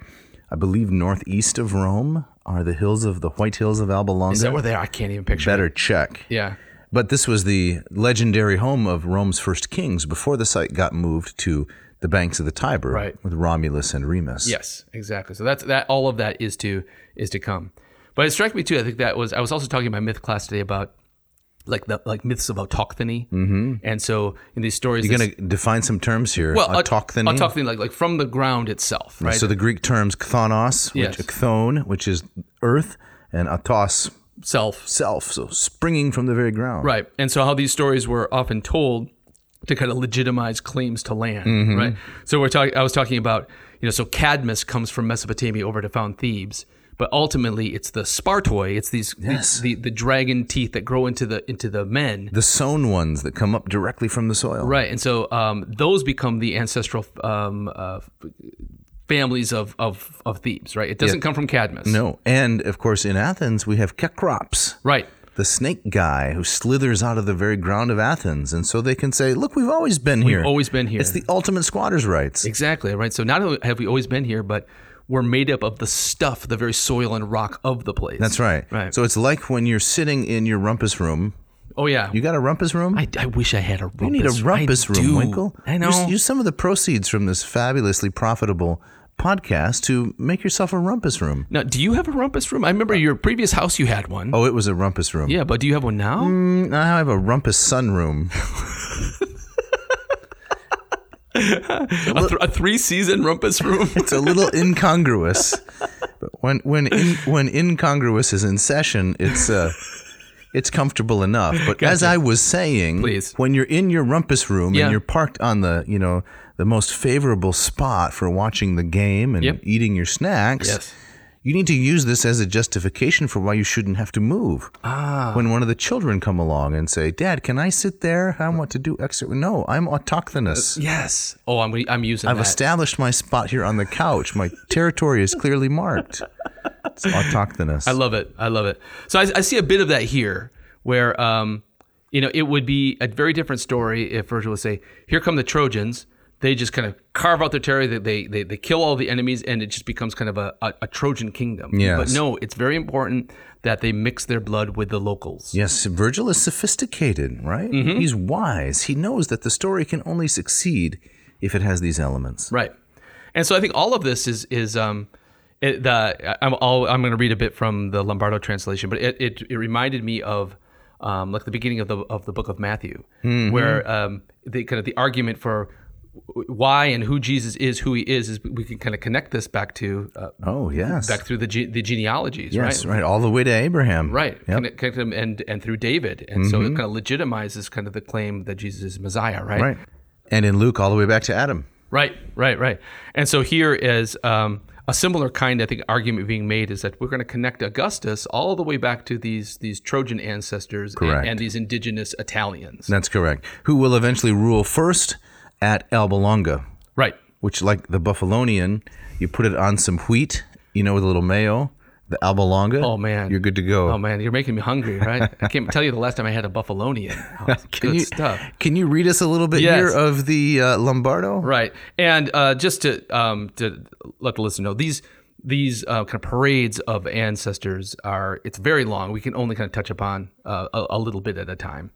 I believe northeast of Rome are the hills of the White Hills of Alba Longa. is that where they are? I can't even picture. better It. check. Yeah. But this was the legendary home of Rome's first kings before the site got moved to the banks of the Tiber Right. with Romulus and Remus. Yes, exactly. So that's that. All of that is to is to come. But it struck me too. I think that was I was also talking in my myth class today about like the like myths about Autochthony, mm-hmm. and so in these stories, You're this- going to define some terms here. well, Autochthony. Autochthony, like like from the ground itself, right? So the Greek terms kthonos, which Yes. kthon, which is earth, and atos, Self, self, so springing from the very ground. right? And so how these stories were often told to kind of legitimize claims to land, Mm-hmm. right? So we're talking. I was talking about you know so Cadmus comes from Mesopotamia over to found Thebes. But ultimately, it's the spartoi. It's these Yes. the, the dragon teeth that grow into the into the men The sown ones that come up directly from the soil. Right, and so um, those become the ancestral um, uh, f- families of, of of Thebes. Right, it doesn't come from Cadmus. No. And of course, in Athens, we have Kekrops. right, the snake guy who slithers out of the very ground of Athens. And so they can say, look, we've always been here. always been here. It's the ultimate squatter's rights. exactly. Right, so not only have we always been here, but we're made up of the stuff, the very soil and rock of the place. That's right. Right. So it's like when you're sitting in your rumpus room. Oh yeah, You got a rumpus room? I, I wish I had a rumpus. you need a rumpus I room, do. Winkle. I know. Use, use some of the proceeds from this fabulously profitable podcast to make yourself a rumpus room. now, do you have a rumpus room? I remember your previous house you had one. Oh, Mm, it was a rumpus room. Yeah, but do you have one now? Now I have a rumpus sunroom. a, th- a three-season rumpus room. (laughs) It's a (laughs) little incongruous. But when when in, when incongruous is in session, it's uh it's comfortable enough. But as I was saying, Please. when you're in your rumpus room Yeah. and you're parked on the, you know, the most favorable spot for watching the game and Yep. eating your snacks, yes. you need to use this as a justification for why you shouldn't have to move. Ah. When one of the children come along and say, "Dad, can I sit there? I want to do extra." No, I'm autochthonous. Yes. Oh, I'm I'm using I've that. established my spot here on the couch. My territory is clearly marked. It's autochthonous. I love it. I love it. So I, I see a bit of that here, where um, you know, it would be a very different story if Virgil would say, "Here come the Trojans." They just kind of carve out their territory. They they they, they kill all the enemies, and it just becomes kind of a, a, a Trojan kingdom. Yes. But no, it's very important that they mix their blood with the locals. yes, Virgil is sophisticated, right? Mm-hmm. He's wise. He knows that the story can only succeed if it has these elements. Right. And so I think all of this is is um it, the I- I'm all I'm going to read a bit from the Lombardo translation, but it it, it reminded me of um, like the beginning of the of the book of Matthew, Mm-hmm. where um, the kind of the argument for w- why and who Jesus is, who he is, is we can kind of connect this back to uh, Oh yes, back through the ge- the genealogies, yes, right? right. all the way to Abraham. Right, Yep. Mm-hmm. connect, connect them and and through David, and so it kind of legitimizes kind of the claim that Jesus is Messiah, right? Right, and in Luke, all the way back to Adam. Right, right, right. And so here is um, a similar kind, I think, argument being made is that we're going to connect Augustus all the way back to these these Trojan ancestors and- Correct. And, these indigenous Italians. That's correct. Who will eventually rule first at Alba Longa, Right. which, like the Buffalonian, you put it on some wheat, you know, with a little mayo. The Alba Longa. Oh, man. you're good to go. Oh man, you're making me hungry, right? I can't tell you the last time I had a Buffalonian. Oh, good you- stuff. (laughs) Can you read us a little bit Yes. here of the uh, Lombardo? Right. And uh, just to um, to let the listener know, these these uh, kind of parades of ancestors are it's very long. We can only kind of touch upon uh, a, a little bit at a time.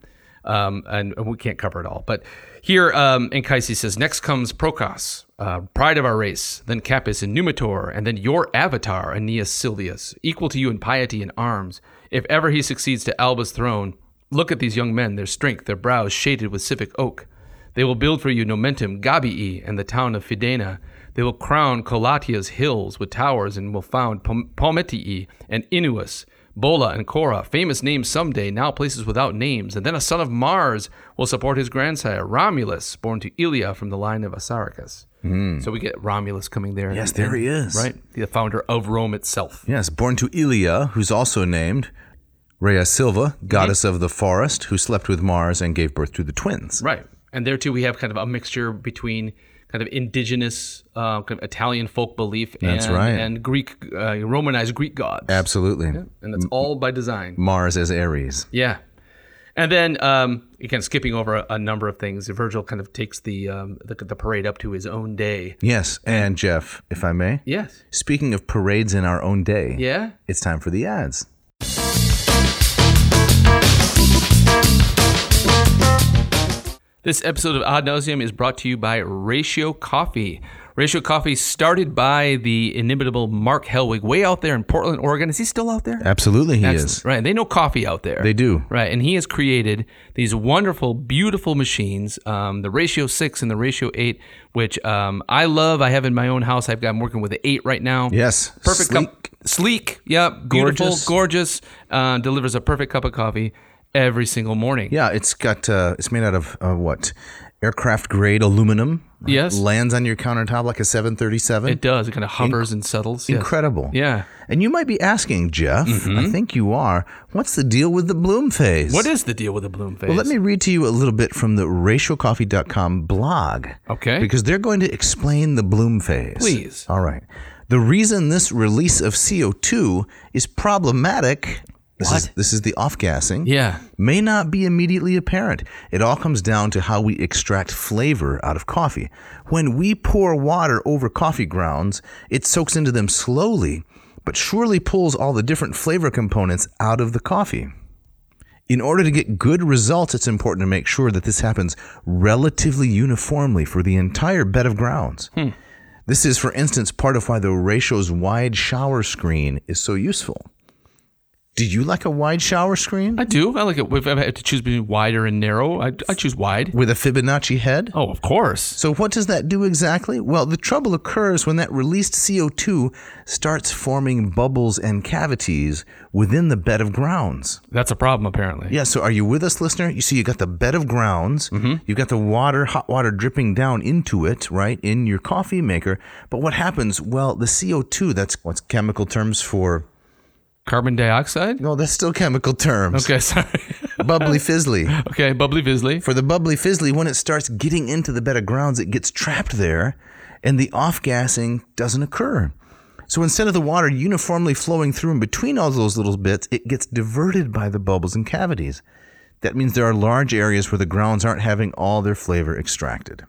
Um, and, and we can't cover it all. But here, um, Anchises says, Next comes Procos, uh, pride of our race, then Capys and Numitor, and then your avatar, Aeneas Silvius, equal to you in piety and arms. If ever he succeeds to Alba's throne, look at these young men, their strength, their brows shaded with civic oak. They will build for you Nomentum, Gabii, and the town of Fidena. They will crown Colatia's hills with towers and will found Pal- Palmitii and Inuus, Bola and Cora, famous names someday, now places without names. And then a son of Mars will support his grandsire, Romulus, born to Ilia from the line of Assaracus. So we get Romulus coming there. Hmm. Yes, there he is. Right? The founder of Rome itself. Yes, born to Ilia, who's also named Rhea Silva, goddess of the forest, who slept with Mars and gave birth to the twins. Mm-hmm. Right. And there too, we have kind of a mixture between kind of indigenous uh, kind of Italian folk belief and, That's right. and Greek, uh, Romanized Greek gods. Absolutely. And that's all by design. Mars as Aries. Yeah. And then, um, again, skipping over a, a number of things, Virgil kind of takes the, um, the the parade up to his own day. Yes, and Jeff, if I may. Yes. Speaking of parades in our own day, Yeah. it's time for the ads. This episode of Ad Nauseum is brought to you by Ratio Coffee. Ratio Coffee started by the inimitable Mark Helwig, way out there in Portland, Oregon. Is he still out there? Absolutely, he is. Right. They know coffee out there. They do. Right. And he has created these wonderful, beautiful machines, um, the Ratio 6 and the Ratio 8, which um, I love. I have in my own house. I've got, I'm working with the 8 right now. Yes. Perfect sleek. cup. Sleek. Yep. Beautiful. Gorgeous. Gorgeous. uh, delivers a perfect cup of coffee every single morning. Yeah, it's got uh, it's made out of uh, what? Aircraft grade aluminum. Yes. Lands on your countertop like a 737. It does. It kind of hovers and settles. Yes. Incredible. Yeah. And you might be asking, Jeff, I think you are, what's the deal with the bloom phase? Mm-hmm. What is the deal with the bloom phase? Well, let me read to you a little bit from the racialcoffee.com blog. Okay. Because they're going to explain the bloom phase. Please. All right. The reason this release of CO2 is problematic. This is this is the off gassing yeah. may not be immediately apparent. It all comes down to how we extract flavor out of coffee. When we pour water over coffee grounds, it soaks into them slowly, but surely pulls all the different flavor components out of the coffee. In order to get good results, it's important to make sure that this happens relatively uniformly for the entire bed of grounds. This is, for instance, part of why the ratio's wide shower screen is so useful. Do you like a wide shower screen? I do. I like it. If I had to choose between wider and narrow, I, I choose wide. with a Fibonacci head. Oh, of course. So, what does that do exactly? Well, the trouble occurs when that released CO2 starts forming bubbles and cavities within the bed of grounds. That's a problem, apparently. Yeah, so are you with us, listener? You see, you got the bed of grounds, you got the water, hot water dripping down into it, right, in your coffee maker. But what happens? Well, the CO2, that's what's chemical terms for. Carbon dioxide? No, that's still chemical terms. Okay, (laughs) sorry. Bubbly fizzly. okay, bubbly vizzly. For the bubbly fizzly, when it starts getting into the bed of grounds, it gets trapped there and the off gassing doesn't occur. So instead of the water uniformly flowing through and between all those little bits, it gets diverted by the bubbles and cavities. That means there are large areas where the grounds aren't having all their flavor extracted.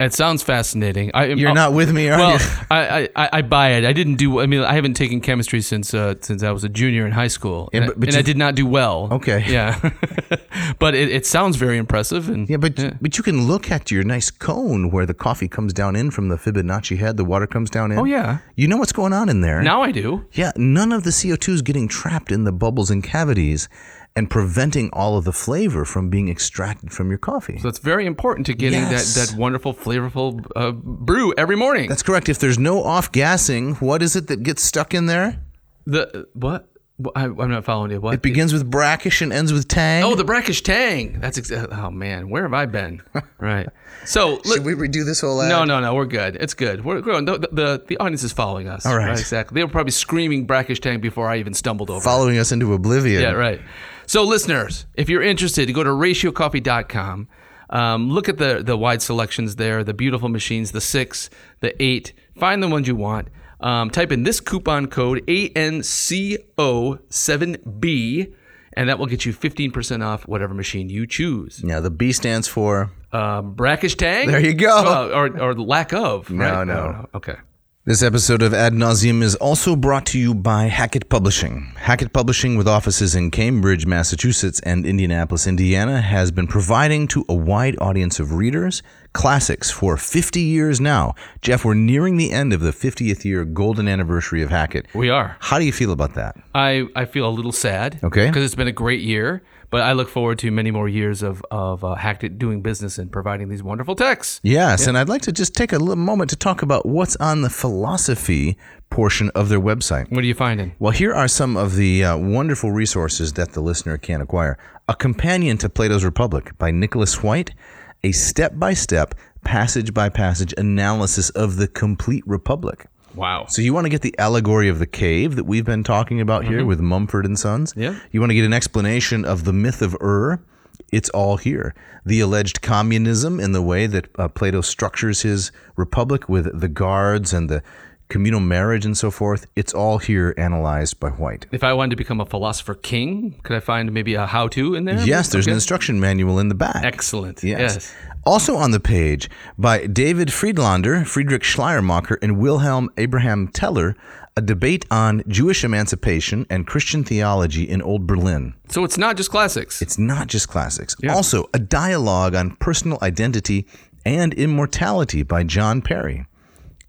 It sounds fascinating. I, oh, You're not with me, are Well, you? (laughs) I, I, I buy it. I didn't do. I mean, I haven't taken chemistry since uh, since I was a junior in high school, and, I- but- but and you- I did not do well. Okay. Yeah, (laughs) but it, it sounds very impressive. And Yeah, but but you can look at your nice cone where the coffee comes down in from the Fibonacci head, the water comes down in. Oh, yeah. You know what's going on in there. now I do. Yeah, none of the CO2 is getting trapped in the bubbles and cavities, and preventing all of the flavor from being extracted from your coffee. So it's very important to getting that, Yes. that wonderful, flavorful uh, brew every morning. That's correct. If there's no off gassing, what is it that gets stuck in there? the what? Wh- I, I'm not following you. What? It begins with brackish and ends with tang. oh, the brackish tang. That's exactly. Oh man, where have I been? right. So (laughs) look, Should we redo this whole ad? No, no, no. We're good. It's good. We're growing. The, the, the audience is following us. All right. Exactly. They were probably screaming brackish tang before I even stumbled over. Following us into oblivion. Yeah, right. So, listeners, if you're interested, go to ratiocoffee.com. Um, look at the the wide selections there, the beautiful machines, the six, the eight. Find the ones you want. Um, type in this coupon code ANCO7B, and that will get you 15% off whatever machine you choose. Now, the B stands for Um, brackish Tang. There you go. Well, or, or the lack of. right? Uh, no. Okay. This episode of Ad Nauseum is also brought to you by Hackett Publishing. Hackett Publishing, with offices in Cambridge, Massachusetts, and Indianapolis, Indiana, has been providing to a wide audience of readers classics for 50 years now. Jeff, we're nearing the end of the 50th year golden anniversary of Hackett. We are. How do you feel about that? I, I feel a little sad. Okay. Because it's been a great year, but I look forward to many more years of of uh, Hackett doing business and providing these wonderful texts. Yes, and I'd like to just take a little moment to talk about what's on the philosophy portion of their website. What are you finding? Well, here are some of the uh, wonderful resources that the listener can acquire A Companion to Plato's Republic by Nicholas White, a step by step, passage by passage analysis of the complete Republic. Wow. So you want to get the allegory of the cave that we've been talking about here with Mumford and Sons. Mm-hmm. Yeah. You want to get an explanation of the myth of Ur. It's all here. The alleged communism in the way that uh, Plato structures his republic with the guards and the communal marriage and so forth. It's all here analyzed by White. If I wanted to become a philosopher king, could I find maybe a how to in there? (laughs) Yes, there's an Okay. instruction manual in the back. Excellent. Yes. yes. Also on the page by David Friedlander, Friedrich Schleiermacher, and Wilhelm Abraham Teller, a debate on Jewish emancipation and Christian theology in Old Berlin. So it's not just classics. It's not just classics. Also, a dialogue on personal identity and immortality by John Perry.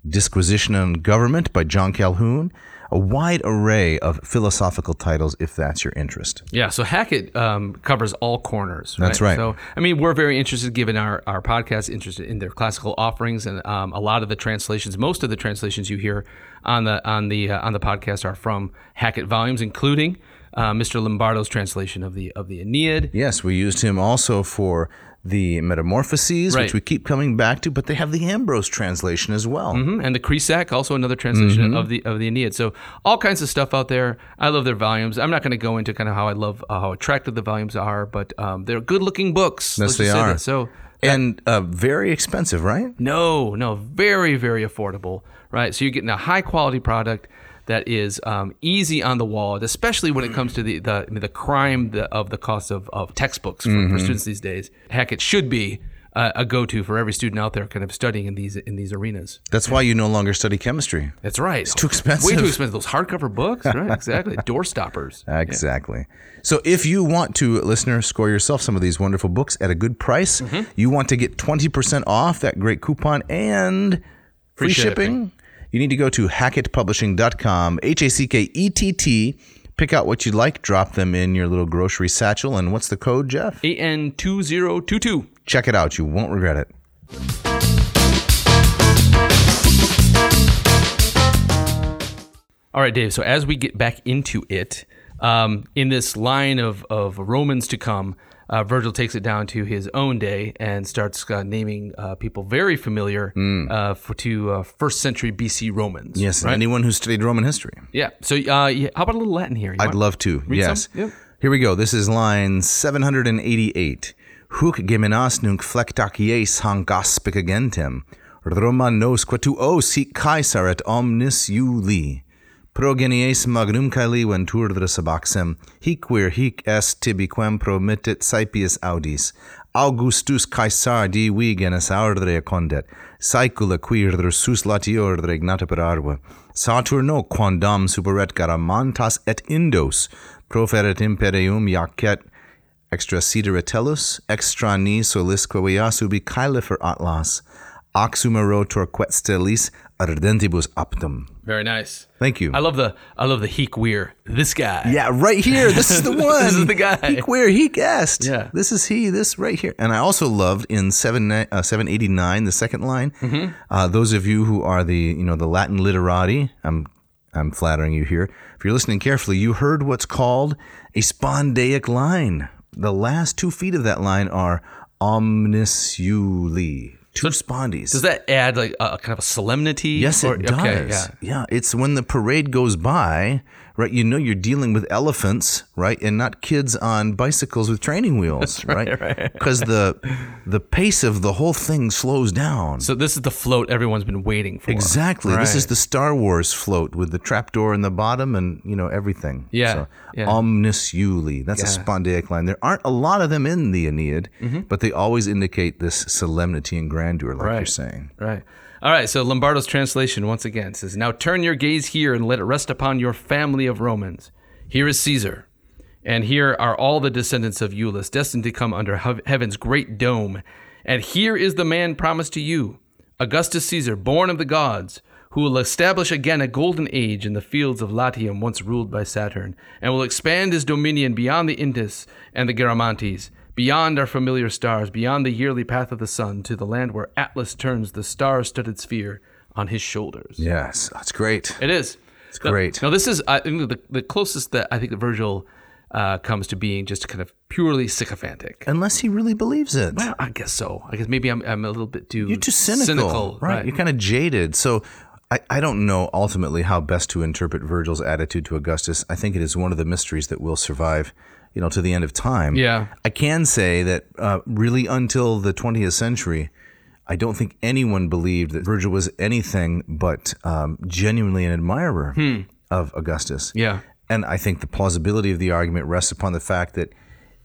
Disquisition on Government by John Calhoun. A wide array of philosophical titles, if that's your interest. Yeah, so Hackett um, covers all corners. That's right. So, I mean, we're very interested, given our, our podcast, interested in their classical offerings, and um, a lot of the translations, most of the translations you hear on the on the uh, on the podcast are from Hackett volumes, including uh, Mr. Lombardo's translation of the of the Aeneid. Yes, we used him also for the Metamorphoses, Right. which we keep coming back to, but they have the Ambrose translation as well. Mhm, And the Cresac, also another translation Mm-hmm. of the of the Aeneid. So all kinds of stuff out there. I love their volumes. I'm not going to go into kind of how I love uh, how attractive the volumes are, but um, they're good looking books. Let's they just say are. that. So And uh, very expensive, right? No, no, very, very affordable, right? So you're getting a high quality product that is um, easy on the wallet, especially when it comes to the the, I mean, the crime the, of the cost of, of textbooks for, Mm-hmm. for students these days. Heck, it should be a, a go to for every student out there kind of studying in these in these arenas. That's why you no longer study chemistry. That's right. It's too expensive. Way too expensive. Those hardcover books, right? (laughs) Exactly. Door stoppers. Exactly. So, if you want to, listener, score yourself some of these wonderful books at a good price, you want to get 20% off that great coupon and free, shipping. you need to go to hackettpublishing.com, H A C K E T T. Pick out what you'd like, drop them in your little grocery satchel. And what's the code, Jeff? AN two zero two two. Check it out. You won't regret it. All right, Dave. So as we get back into it, um, in this line of, of Romans to come, uh, Virgil takes it down to his own day and starts uh, naming uh, people very familiar uh, for, to uh, first century BC Romans. Hmm. Yes, and anyone who studied Roman history. Yeah. So uh, yeah, how about a little Latin here? You I'd want- love to. yes. some? Yep. Here we go. This is line 788. Huc geminas nunc flectacies hangaspic agentem. Roma nos qua tu os hic caesar et omnis iuli. Progenies magnum caeli venturdra sabaxem, hic vir hic est tibi quem promittit saepius audis. Augustus Caesar divi genus ardre condet, saecula quirdr sus latiordre ignata per arva. Saturno quandam superet garamantas et indos, proferet imperium jacet extra cederatellus, extra ni solisque via subi caelifer atlas, oxumero torquestelis ardentibus optum. Very nice. Thank you. I love the I love the Heek Weir. This guy. Yeah, right here. This (laughs) is the one. This is the guy. He queer. He guessed. Yeah. This is he. This right here. And I also loved in seven ni- uh, seven eighty nine the second line. Mm-hmm. Uh, those of you who are the you know the Latin literati, I'm I'm flattering you here. If you're listening carefully, you heard what's called a spondaic line. The last two feet of that line are omnisciuli. Two spondees. Does that add like a, a kind of a solemnity? Yes, or- it does. Okay, yeah. yeah. it's when the parade goes by, right? You know you're dealing with elephants, right, and not kids on bicycles with training wheels, (laughs) right? Because the the pace of the whole thing slows down. So this is the float everyone's been waiting for. exactly. This is Right. the Star Wars float with the trapdoor in the bottom and you know everything. Yeah, So, yeah. Omnisciuli. That's a spondaic line. There aren't a lot of them in the Aeneid, Mm-hmm. but they always indicate this solemnity and grandeur, like you're Right. saying. Right. All right. So Lombardo's translation once again says, "Now turn your gaze here and let it rest upon your family of Romans. Here is Caesar, and here are all the descendants of Eulus, destined to come under heav- heaven's great dome. And here is the man promised to you, Augustus Caesar, born of the gods." Who will establish again a golden age in the fields of Latium once ruled by Saturn, and will expand his dominion beyond the Indus and the Garamantes, beyond our familiar stars, beyond the yearly path of the sun, to the land where Atlas turns the star studded sphere on his shoulders. Yes, that's great. It is. It's great. Now, this is I think the, the closest that I think that Virgil uh, comes to being just kind of purely sycophantic. Unless he really believes it. Well, I guess so. I guess maybe I'm, I'm a little bit too You're too cynical, right? You're kind of jaded. So I, I don't know ultimately how best to interpret Virgil's attitude to Augustus. I think it is one of the mysteries that will survive, you know, to the end of time. Yeah. I can say that uh, really until the 20th century, I don't think anyone believed that Virgil was anything but um, genuinely an admirer of Augustus. Hmm. Yeah. And I think the plausibility of the argument rests upon the fact that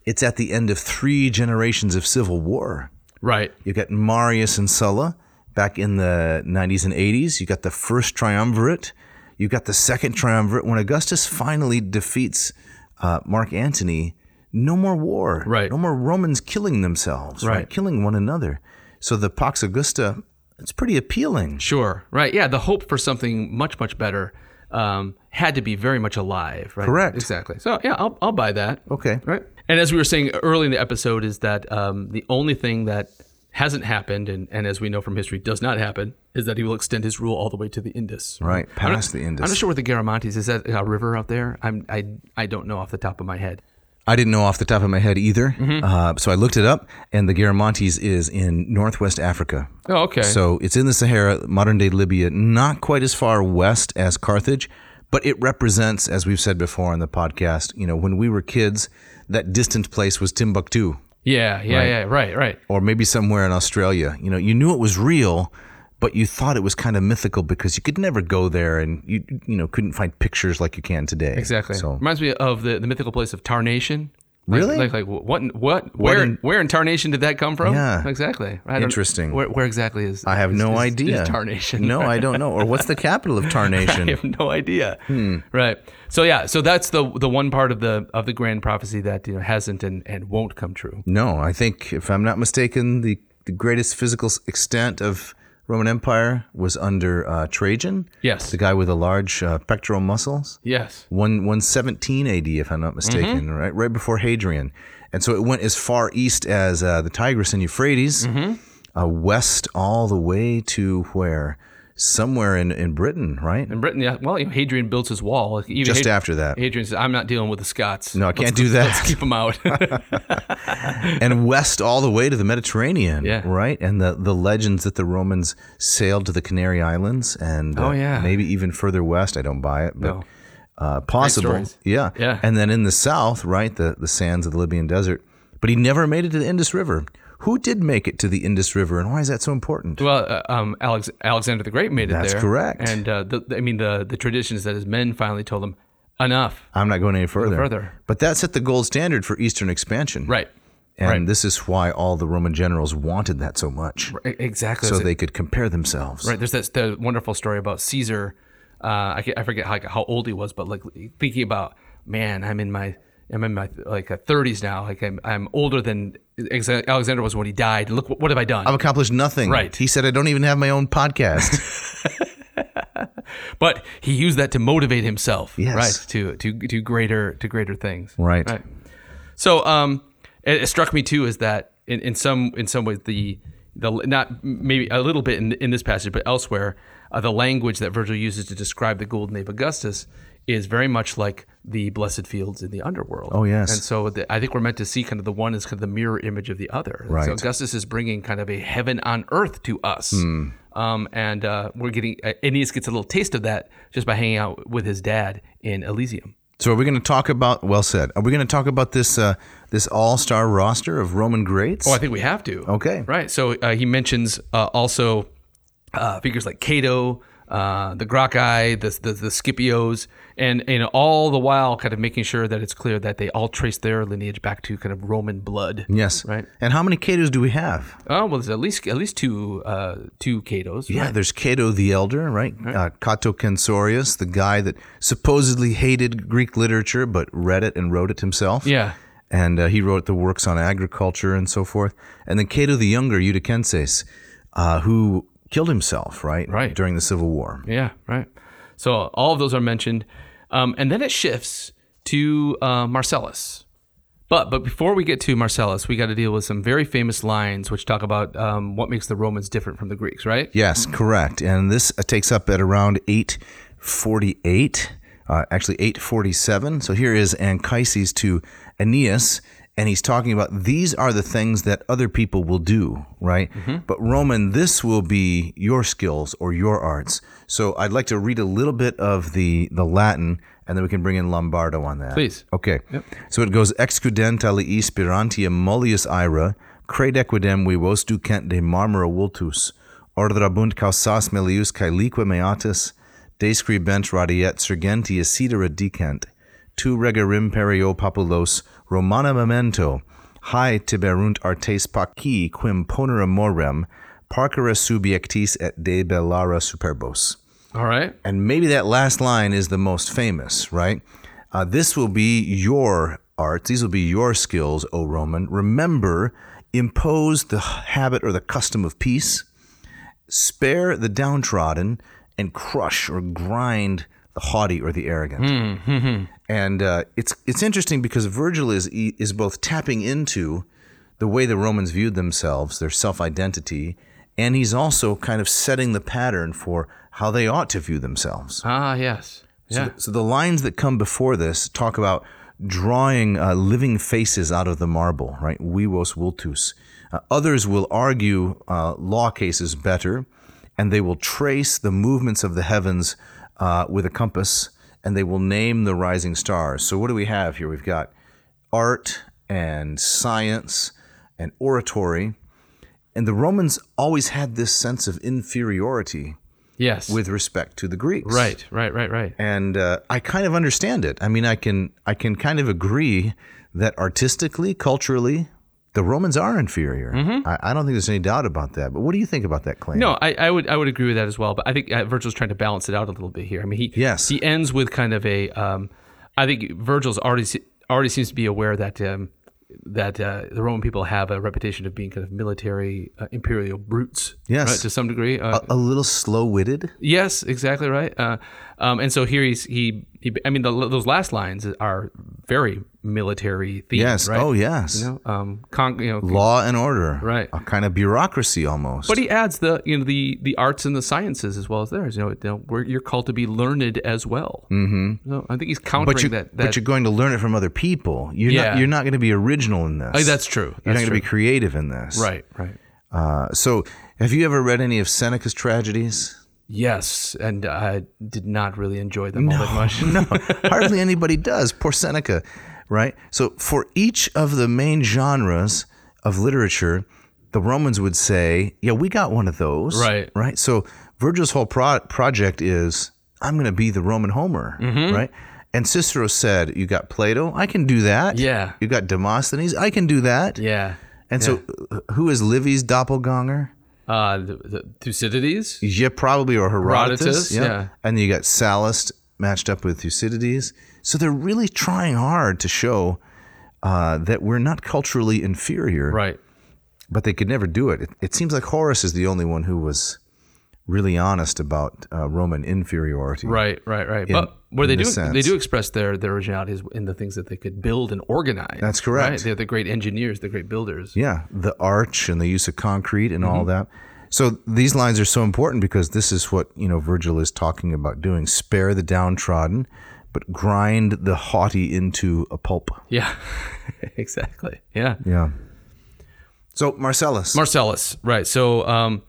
it's at the end of three generations of civil war. right. You got Marius and Sulla back in the 90s and 80s. You got the first triumvirate. You got the second triumvirate. When Augustus finally defeats uh, Mark Antony, no more war. Right. No more Romans killing themselves. Right. Right. Killing one another. So the Pax Augusta, it's pretty appealing. Sure. Right. Yeah. The hope for something much, much better um, had to be very much alive. Right. Correct. Exactly. So yeah, I'll, I'll buy that. Okay. Right. And as we were saying early in the episode, is that um, the only thing that hasn't happened, and, and as we know from history, does not happen, is that he will extend his rule all the way to the Indus. Right. I'm not- Past the Indus. I'm not sure where the Garamantes is. That a river out there? I'm I I don't know off the top of my head. I didn't know off the top of my head either. Mm-hmm. Uh, so I looked it up, and the Garamantes is in northwest Africa. Oh, okay. So it's in the Sahara, modern day Libya, not quite as far west as Carthage, but it represents, as we've said before on the podcast, you know, when we were kids, that distant place was Timbuktu yeah, yeah, yeah. Right, right. or maybe somewhere in Australia. You know, you knew it was real, but you thought it was kind of mythical because you could never go there and you, you know, couldn't find pictures like you can today. Exactly. So, Reminds me of the, the mythical place of Tarnation. Like- Really? Like, like, what, in- what, where, in- where in Tarnation did that come from? Yeah. Exactly. I don't- Interesting. Where, where exactly is? I have is- no is- is idea. Tarnation. (laughs) No, I don't know. Or what's the capital of Tarnation? I have no idea. Hmm. Right. So yeah. So that's the the one part of the of the grand prophecy that you know hasn't and, and won't come true. No, I think if I'm not mistaken, the, the greatest physical s- extent of Roman Empire was under uh, Trajan. Yes. the guy with the large uh, pectoral muscles. Yes. One one seventeen A.D. if I'm not mistaken, Mm-hmm. right, right before Hadrian, and so it went as far east as uh, the Tigris and Euphrates, Mm-hmm. uh, west all the way to where somewhere in in Britain, right? In Britain, yeah. Well, you know, Hadrian builds his wall. Like, Even Just Hadri- after that, Hadrian says, "I'm not dealing with the Scots. No, I Let's- can't do that." Let's keep (laughs) them out." and west all the way to the Mediterranean, Yeah. right? And the, the legends that the Romans sailed to the Canary Islands and uh, Oh, yeah. maybe even further west. I don't buy it, but No. uh, possible. stories. Yeah. Yeah. And then in the south, right, the, the sands of the Libyan desert. But he never made it to the Indus River. Who did make it to the Indus River and why is that so important? well, uh, um, Alex, Alexander the Great made it That's there. correct. And uh, the, I mean, the the tradition is that his men finally told him, "Enough." I'm not going any further. further. But that set the gold standard for Eastern expansion. Right. And right. this is why all the Roman generals wanted that so much. E- Exactly. So That's they could compare themselves. Right. There's that the wonderful story about Caesar. Uh, I, ca- I forget how, how old he was, but like thinking about, man, I'm in my I'm in my like uh, 30s now. Like I'm, I'm older than Ex- Alexander was when he died. Look, what, what have I done? I've accomplished nothing. Right. He said, I don't even have my own (laughs) podcast. but he used that to motivate himself, Yes. right? To to to greater to greater things, Right. So, um, it, it struck me too is that in, in some in some ways the the not maybe a little bit in in this passage, but elsewhere, uh, the language that Virgil uses to describe the golden age of Augustus is very much like the blessed fields in the underworld. Oh, yes. and so the, I think we're meant to see kind of the one is kind of the mirror image of the other. And Right. So Augustus is bringing kind of a heaven on earth to us. Hmm. Um, and uh, we're getting uh, Aeneas gets a little taste of that just by hanging out with his dad in Elysium. so are we going to talk about, well said, are we going to talk about this, uh, this all-star roster of Roman greats? Oh, I think we have to. okay. Right. So uh, he mentions uh, also uh, figures like Cato, uh, the Gracchi, the, the the Scipios, and and all the while kind of making sure that it's clear that they all trace their lineage back to kind of Roman blood. Yes. Right. And how many Catos do we have? Oh well, there's at least at least two uh, two Catos. Yeah, there's Cato the Elder, right? Uh, Cato Censorius, the guy that supposedly hated Greek literature but read it and wrote it himself. Yeah. And uh, he wrote the works on agriculture and so forth. And then Cato the Younger, Eutychenses, uh, who killed himself, right? Right. During the Civil War. Yeah, right. So all of those are mentioned, um, and then it shifts to uh, Marcellus. But but before we get to Marcellus, we got to deal with some very famous lines which talk about um, what makes the Romans different from the Greeks, right? Yes, correct. And this uh, takes up at around 848, uh, actually 847. So here is Anchises to Aeneas, and he's talking about these are the things that other people will do, right? But Roman, this will be your skills or your arts. So I'd like to read a little bit of the, the Latin, and then we can bring in Lombardo on that. Please. Okay. So it goes excudenta liis spirantia mollius ira, credequidem vivos ducent de marmora vultus, ordrabunt causas melius caelique meatus, describent radiet surgentia cedera dicent, tu regarim perio populos romana memento, hae tiberunt artes paci quim ponera morem, parcere subjectis et debellara superbos. All right. And maybe that last line is the most famous, right? Uh, this will be your arts. These will be your skills, O Roman. Remember, impose the habit or the custom of peace, spare the downtrodden, and crush or grind the haughty or the arrogant. And uh, it's it's interesting because Virgil is e, is both tapping into the way the Romans viewed themselves, their self identity, and he's also kind of setting the pattern for how they ought to view themselves. Ah, yes. Yeah. So the lines that come before this talk about drawing uh, living faces out of the marble, right? Vivos vultus. Uh, others will argue uh, law cases better, and they will trace the movements of the heavens uh, with a compass, and they will name the rising stars. So what do we have here? We've got art and science and oratory. And the Romans always had this sense of inferiority yes. with respect to the Greeks. right, right, right, right. and uh, I kind of understand it. I mean, I can I can kind of agree that artistically, culturally, the Romans are inferior. I, I don't think there's any doubt about that. But what do you think about that claim? Mm-hmm. No, I, I would I would agree with that as well. But I think uh, Virgil's trying to balance it out a little bit here. I mean, he Yes. he ends with kind of a. Um, I think Virgil's already se- already seems to be aware that um, that uh, the Roman people have a reputation of being kind of military uh, imperial brutes. Yes. right, to some degree. Uh, a little slow-witted. yes, exactly right. Uh, um, and so here he's he. he I mean, the, those last lines are very military themes. Yes. Right? Oh, yes. You know, um, con- you know, Law and order. Right. A kind of bureaucracy almost. But he adds the you know the the arts and the sciences as well as theirs. You know, you know, we're, you're called to be learned as well. Mm-hmm. So I think he's countering but you that. that but you're going to learn it from other people. You're Yeah. not you're not going to be original in this. Like, that's true. You're That's not going to be creative in this. right, right. Uh, so, have you ever read any of Seneca's tragedies? Yes, and I did not really enjoy them all that (laughs) much. no, hardly anybody does. Poor Seneca, right? So for each of the main genres of literature, the Romans would say, "Yeah, we got one of those." Right. Right. So Virgil's whole pro- project is, "I'm going to be the Roman Homer," Mm-hmm. right? And Cicero said, "You got Plato, I can do that. Yeah. You got Demosthenes, I can do that." (laughs) Yeah. And so, uh, who is Livy's doppelganger? Uh, the, the Thucydides. Yeah, probably or Herodotus. Herodotus, yeah. And you got Sallust matched up with Thucydides. So they're really trying hard to show uh, that we're not culturally inferior, Right. but they could never do it. it. It seems like Horace is the only one who was really honest about uh, Roman inferiority. Right, right, right. but where in they do this they sense. do express their their originalities in the things that they could build and organize. That's correct. They're the great engineers, the great builders. Yeah, the arch and the use of concrete and all that. So these lines are so important because this is what you know Virgil is talking about doing: spare the downtrodden, but grind the haughty into a pulp. Yeah, (laughs) exactly. Yeah. Yeah. So Marcellus, Marcellus, right. So um,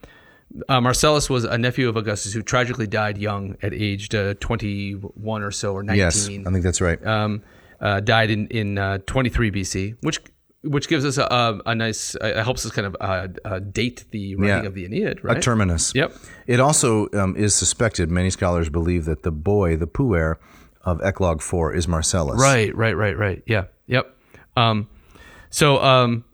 uh, Marcellus was a nephew of Augustus who tragically died young at aged uh, 21 or so or 19. yes, I think that's right. um, uh, died in in uh, 23 BC, which which gives us a, a, a nice uh, helps us kind of uh, uh, date the writing Yeah. of the Aeneid, a right? terminus. Yep. It also um, is suspected. Many scholars believe that the boy, the puer of Eclogue Four, is Marcellus. Right, right, right, right. Yeah, yep. Um, so um,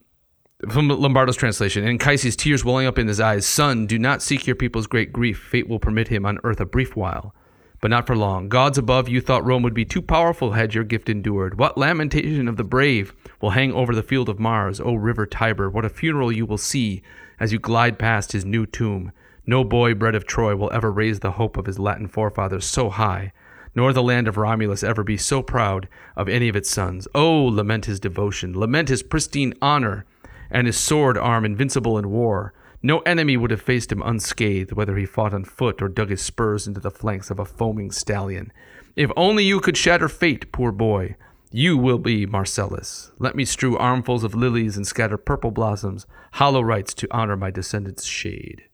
from Lombardo's translation, and Anchises, tears welling up in his eyes, son, do not seek your people's great grief. Fate will permit him on earth a brief while, but not for long. Gods above, you thought Rome would be too powerful had your gift endured. What lamentation of the brave will hang over the field of Mars, O river Tiber? What a funeral you will see as you glide past his new tomb. No boy bred of Troy will ever raise the hope of his Latin forefathers so high nor the land of Romulus ever be so proud of any of its sons. Oh, lament his devotion, lament his pristine honor, and his sword arm invincible in war. No enemy would have faced him unscathed, whether he fought on foot or dug his spurs into the flanks of a foaming stallion. If only you could shatter fate, poor boy. You will be Marcellus. Let me strew armfuls of lilies and scatter purple blossoms, hollow rites to honor my descendant's shade.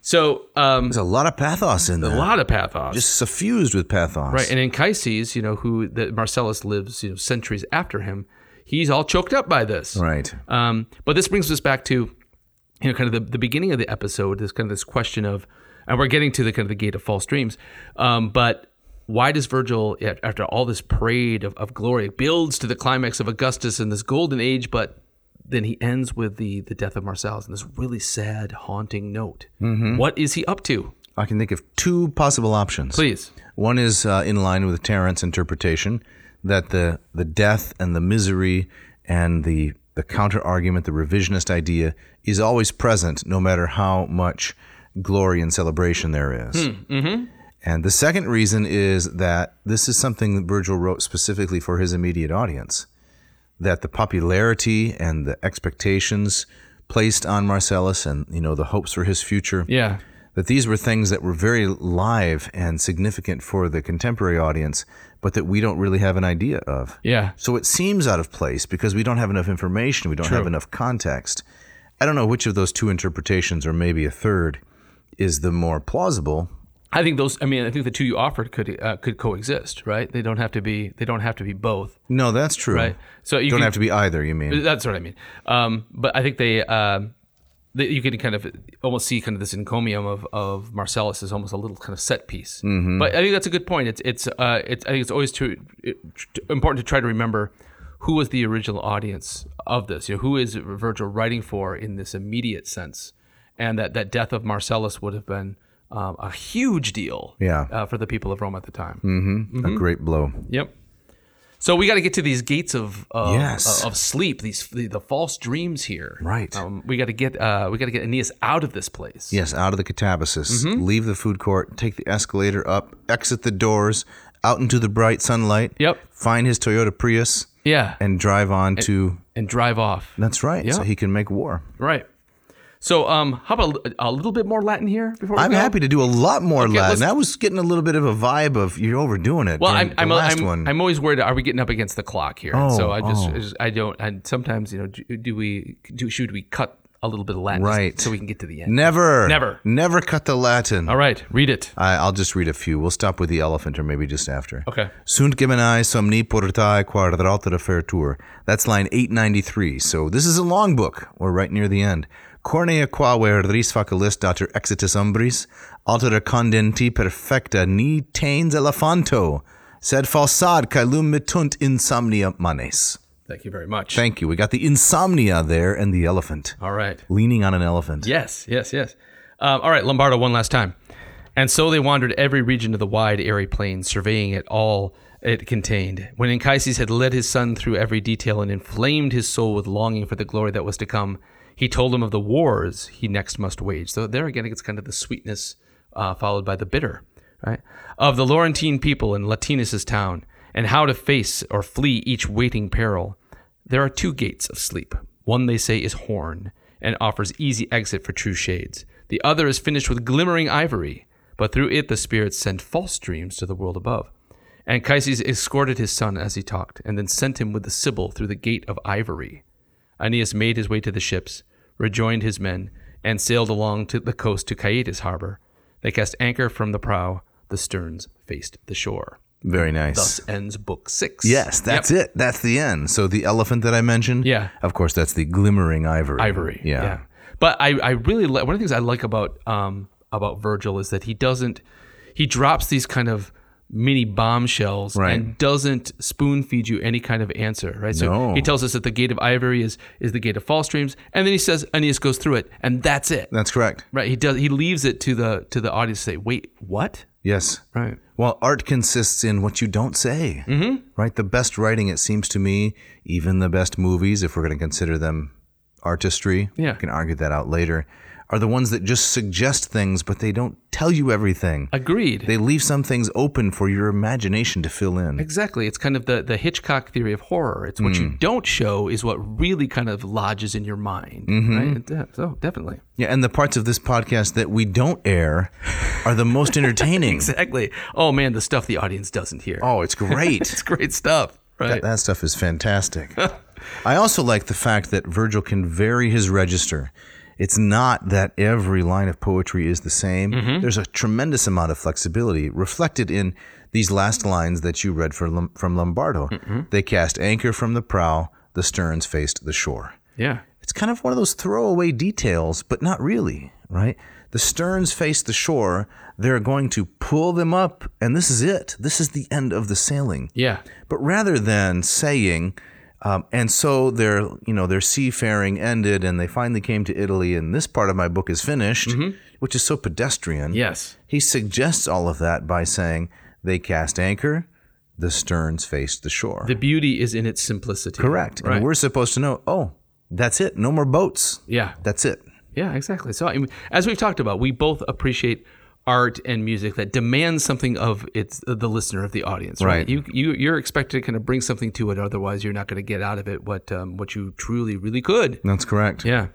So, um, There's a lot of pathos in there. a lot of pathos. Just suffused with pathos. Right, and Anchises, you know, who that Marcellus lives, you know, centuries after him, he's all choked up by this. Right. Um, but this brings us back to, you know, kind of the, the beginning of the episode. This kind of this question of, and we're getting to the kind of the gate of false dreams. Um, but why does Virgil, a- after all this parade of, of glory, builds to the climax of Augustus and this golden age, but then he ends with the the death of Marcellus and this really sad, haunting note. What is he up to? I can think of two possible options. Please. One is uh, in line with Terence interpretation that the the death and the misery and the the counter argument, the revisionist idea, is always present, no matter how much glory and celebration there is. And the second reason is that this is something that Virgil wrote specifically for his immediate audience. That the popularity and the expectations placed on Marcellus and you know the hopes for his future Yeah. that these were things that were very live and significant for the contemporary audience, but that we don't really have an idea of. Yeah. So it seems out of place because we don't have enough information, we don't have enough context. I don't know which of those two interpretations, or maybe a third, is the more plausible. I think those. I mean, I think the two you offered could uh, could coexist, right? They don't have to be. They don't have to be both, No, that's true. right? So you You don't can, have to be either, you mean? That's what I mean. Um, but I think they, um, they, you can kind of almost see kind of this encomium of, of Marcellus is almost a little kind of set piece. Mm-hmm. But I think that's a good point. It's it's uh, it's I think it's always too it, t- important to try to remember who was the original audience of this. You know, who is Virgil writing for in this immediate sense, and that that death of Marcellus would have been. Um, a huge deal, Yeah. uh, for the people of Rome at the time. Mm-hmm. A great blow. Yep. So we got to get to these gates of of, uh, Yes. of sleep, these the, the false dreams here. Right. Um, we got to get uh, we got to get Aeneas out of this place. Yes, out of the catabasis. Mm-hmm. Leave the food court, take the escalator up, exit the doors, out into the bright sunlight. Yep. Find his Toyota Prius Yeah. And, and drive on to drive off. That's right. So Yeah. he can make war. Right. So um, how about a, a little bit more Latin here before we I'm go? happy to do a lot more let's- Latin. I was getting a little bit of a vibe of you're overdoing it. Well, during I'm I'm, the last I'm, one. I'm always worried. Are we getting up against the clock here? And so Oh, I just, oh. I just I don't. And sometimes you know, do, do we do should we cut a little bit of Latin just Right. so we can get to the end? never, Never. never cut the Latin. All right, read it. I, I'll just read a few. We'll stop with the elephant, or maybe just after. Okay. Sunt geminae somni portae quadrata refertur. That's line 893. So this is a long book. We're right near the end. Cornea qua ver ris facilis datur exitus umbris, altera condenti perfecta ni tains elephanto, sed falsad caelum mittunt insomnia manes. Thank you very much. Thank you. We got the insomnia there and the elephant. All right. Leaning on an elephant. Yes, yes, yes. Um, all right, Lombardo, one last time. And so they wandered every region of the wide, airy plain, surveying it all it contained. When Anchises had led his son through every detail and inflamed his soul with longing for the glory that was to come, he told him of the wars he next must wage. So there again, it's kind of the sweetness uh, followed by the bitter, right? Of the Laurentine people in Latinus' town, and how to face or flee each waiting peril. There are two gates of sleep. One, they say, is horn and offers easy exit for true shades. The other is finished with glimmering ivory, but through it the spirits send false dreams to the world above. Anchises escorted his son as he talked, and then sent him with the Sibyl through the gate of ivory. Aeneas made his way to the ships, rejoined his men, and sailed along to the coast to Caetus harbor. They cast anchor from the prow, the sterns faced the shore. Very nice. Thus ends book six. Yes, that's it. That's the end. So the elephant that I mentioned. Yeah. Of course, that's the glimmering ivory. ivory. Yeah. But I, I really like one of the things I like about um about Virgil is that he doesn't he drops these kind of mini bombshells Right. and doesn't spoon feed you any kind of answer, right? So No. he tells us that the gate of ivory is is the gate of false dreams, and then he says Aeneas goes through it, and that's it. That's correct. Right. He does he leaves it to the to the audience to say, wait, what? Yes. Right. Well, art consists in what you don't say. Mm-hmm. Right? The best writing, it seems to me, even the best movies, if we're going to consider them artistry, Yeah. we can argue that out later, are the ones that just suggest things, but they don't tell you everything. Agreed. They leave some things open for your imagination to fill in. Exactly. It's kind of the, the Hitchcock theory of horror. It's what you Mm. don't show is what really kind of lodges in your mind. Mm-hmm. Right? Yeah, so definitely. Yeah, and the parts of this podcast that we don't air are the (laughs) most entertaining. Exactly. Oh man, the stuff the audience doesn't hear. Oh, it's great. (laughs) It's great stuff. Right. That stuff is fantastic. (laughs) I also like the fact that Virgil can vary his register. It's not that every line of poetry is the same. Mm-hmm. There's a tremendous amount of flexibility reflected in these last lines that you read from, Lom- from Lombardo. Mm-hmm. They cast anchor from the prow, the sterns faced the shore. yeah. It's kind of one of those throwaway details, but not really, right? The sterns face the shore. They're going to pull them up, and this is it. This is the end of the sailing Yeah. but rather than saying um, and so their you know their seafaring ended and they finally came to italy and this part of my book is finished which is so pedestrian Mm-hmm. Yes. he suggests all of that by saying they cast anchor the sterns faced the shore The beauty is in its simplicity. correct Right. and we're supposed to know oh that's it no more boats yeah. that's it Yeah, exactly. So, I mean, as we've talked about, we both appreciate art and music that demands something of its the listener of the audience, right? Right. You you you're expected to kind of bring something to it, otherwise you're not going to get out of it what um, what you truly really could. that's correct Yeah.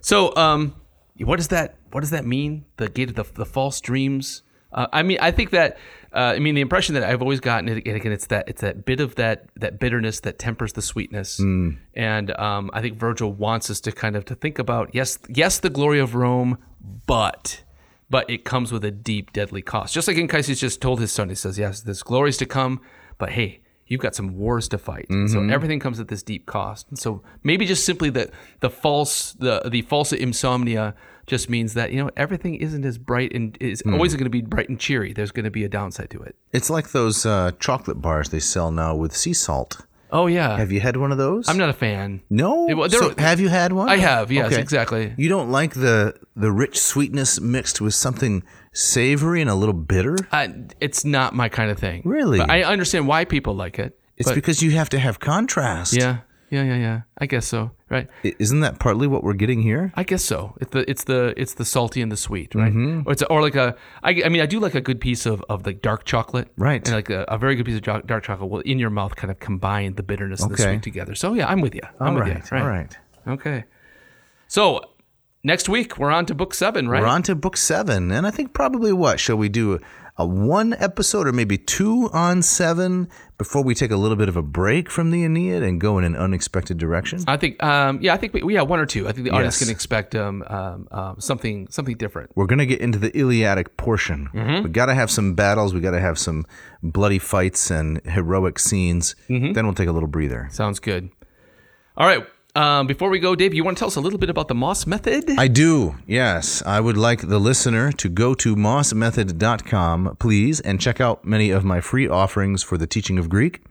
So, um, what does that what does that mean? The gate of the, the false dreams. Uh, I mean, I think that uh, I mean the impression that I've always gotten, and again, it's that it's that bit of that that bitterness that tempers the sweetness. And um, I think Virgil wants us to kind of to think about yes, yes, the glory of Rome, but but it comes with a deep, deadly cost. Just like Anchises just told his son, he says, "Yes, there's glories to come, but hey, you've got some wars to fight." So Mm-hmm. everything comes at this deep cost. And so maybe just simply the the false the the false insomnia just means that you know everything isn't as bright and is Hmm. always going to be bright and cheery. There's going to be a downside to it. it's like those uh, chocolate bars they sell now with sea salt Oh yeah, have you had one of those I'm not a fan. no It- well, there- so have you had one I have yes, Okay. exactly. You don't like the the rich sweetness mixed with something savory and a little bitter? Uh, it's not my kind of thing. Really? But I understand why people like it. It's but- because you have to have contrast. yeah, yeah, yeah, yeah. I guess so. Right. I- Isn't that partly what we're getting here? I guess so. It's the it's the it's the salty and the sweet, right? Mm-hmm. Or it's or like a I, I mean I do like a good piece of, of the dark chocolate, Right. And like a, a very good piece of jo- dark chocolate will in your mouth kind of combine the bitterness and the Okay. sweet together. So yeah, I'm with you. I'm All with right. you. All right. Okay. So next week we're on to book seven, right? We're on to book seven, and I think probably what shall we do? A one episode or maybe two on seven before we take a little bit of a break from the Aeneid and go in an unexpected direction. I think um yeah I think we, yeah one or two. I think the audience Yes. can expect um, um um something something different. we're going to get into the Iliadic portion. Mm-hmm. We got to have some battles. We got to have some bloody fights and heroic scenes. Mm-hmm. Then we'll take a little breather. Sounds good. All right. Um, before we go, Dave, you want to tell us a little bit about the Moss method? (laughs) I do, yes. I would like the listener to go to mossmethod.com, please, and check out many of my free offerings for the teaching of Greek.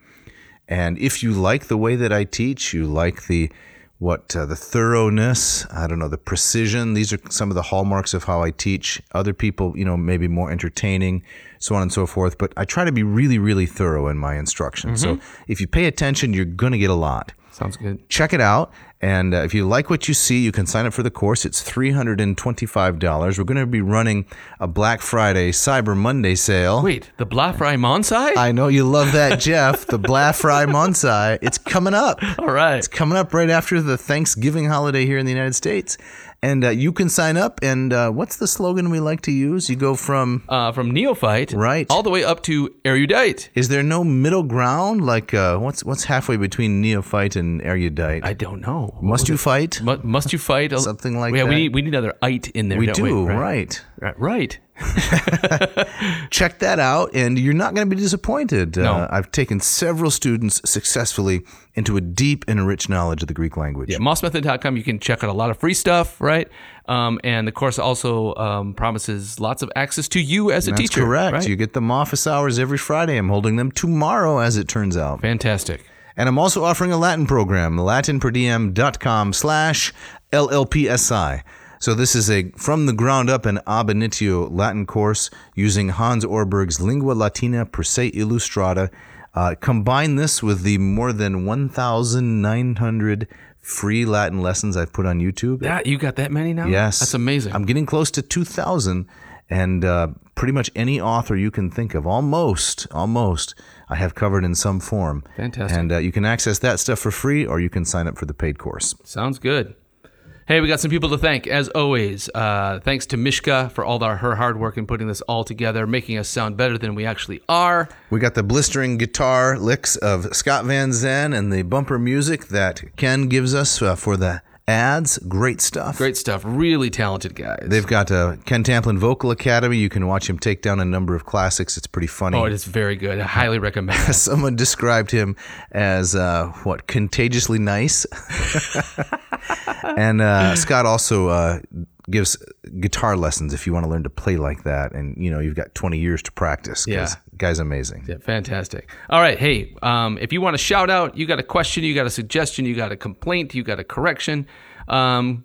And if you like the way that I teach, you like the what uh, the thoroughness, I don't know, the precision. These are some of the hallmarks of how I teach. Other people, you know, maybe more entertaining, so on and so forth. But I try to be really, really thorough in my instruction. So if you pay attention, you're going to get a lot Sounds good. check it out. And uh, if you like what you see, you can sign up for the course. It's $325. We're going to be running a Black Friday, Cyber Monday sale. Wait, the Blafry Monsai? I know you love that, Jeff. The Black Friday Monsai. It's coming up. All right. It's coming up right after the Thanksgiving holiday here in the United States. And uh, you can sign up. And uh, what's the slogan we like to use? You go from, Uh, from neophyte, Right. all the way up to erudite. is there no middle ground? Like, uh, what's, what's halfway between neophyte and erudite? I don't know. Must you fight? Mu- must you fight? a- Something like yeah, that. we need we need another it in there. we don't do, right? right. Right. right. check that out and you're not going to be disappointed. Uh, I've taken several students successfully into a deep and rich knowledge of the Greek language. Yeah, mossmethod.com. You can check out a lot of free stuff, right? Um, and the course also um, promises lots of access to you as a That's teacher. correct. right? You get them office hours every Friday. I'm holding them tomorrow, as it turns out. Fantastic. And I'm also offering a Latin program, latinperdiem.com slash LLPSI. So this is a from the ground up an ab initio Latin course using Hans Orberg's Lingua Latina per se illustrata. Uh, combine this with the more than 1,900 free Latin lessons I've put on YouTube. That you got that many now? Yes. that's amazing. I'm getting close to 2,000, and uh, pretty much any author you can think of, almost, almost, I have covered in some form. Fantastic. And uh, you can access that stuff for free, or you can sign up for the paid course. Sounds good. Hey, we got some people to thank, as always. Uh, thanks to Mishka for all our, her hard work in putting this all together, making us sound better than we actually are. We got the blistering guitar licks of Scott Van Zandt and the bumper music that Ken gives us uh, for the ads. Great stuff. Great stuff. Really talented guys. They've got uh, Ken Tamplin Vocal Academy. You can watch him take down a number of classics. It's pretty funny. oh, it is very good. I highly recommend it. Someone described him as uh, what contagiously nice, and uh, Scott also uh, gives guitar lessons if you want to learn to play like that. And you know you've got 20 years to practice. 'cause Yeah. guy's amazing. (laughs) Yeah, fantastic. All right, hey, um, if you want to shout out, you got a question, you got a suggestion, you got a complaint, you got a correction, um,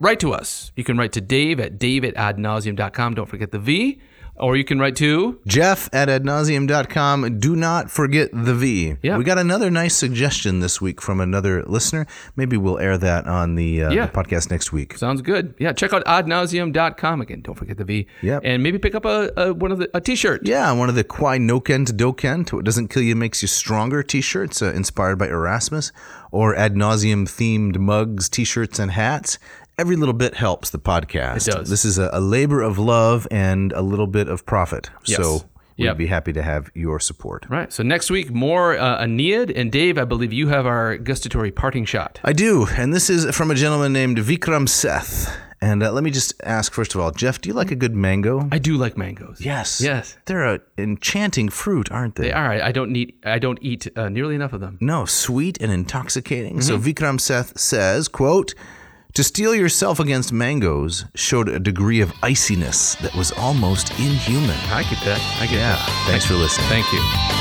write to us. You can write to Dave at dave at adnauseum.com. Don't forget the V. Or you can write to, Jeff at adnauseum.com. Do not forget the V. Yeah. We got another nice suggestion this week from another listener. Maybe we'll air that on the, uh, Yeah. the podcast next week. sounds good. Yeah, check out adnauseum.com again. Don't forget the V. Yep. And maybe pick up a, a one of the a t-shirt. Yeah, one of the Kwai Nokent Dokent, what doesn't kill you makes you stronger t shirts uh, inspired by Erasmus, or ad nauseum themed mugs, t shirts, and hats. Every little bit helps the podcast. It does. This is a, a labor of love and a little bit of profit. So we'd Yep. be happy to have your support. Right. So next week more uh, Aeneid and Dave, I believe you have our gustatory parting shot. I do. And this is from a gentleman named Vikram Seth. And uh, let me just ask first of all, Jeff, do you like a good mango? I do like mangoes. yes. Yes. They're an enchanting fruit, aren't They are. I I don't need I don't eat uh, nearly enough of them. No, sweet and intoxicating. So Vikram Seth says, quote, to steel yourself against mangoes showed a degree of iciness that was almost inhuman. I get that. I get Yeah. that. Thanks for listening. Thank you.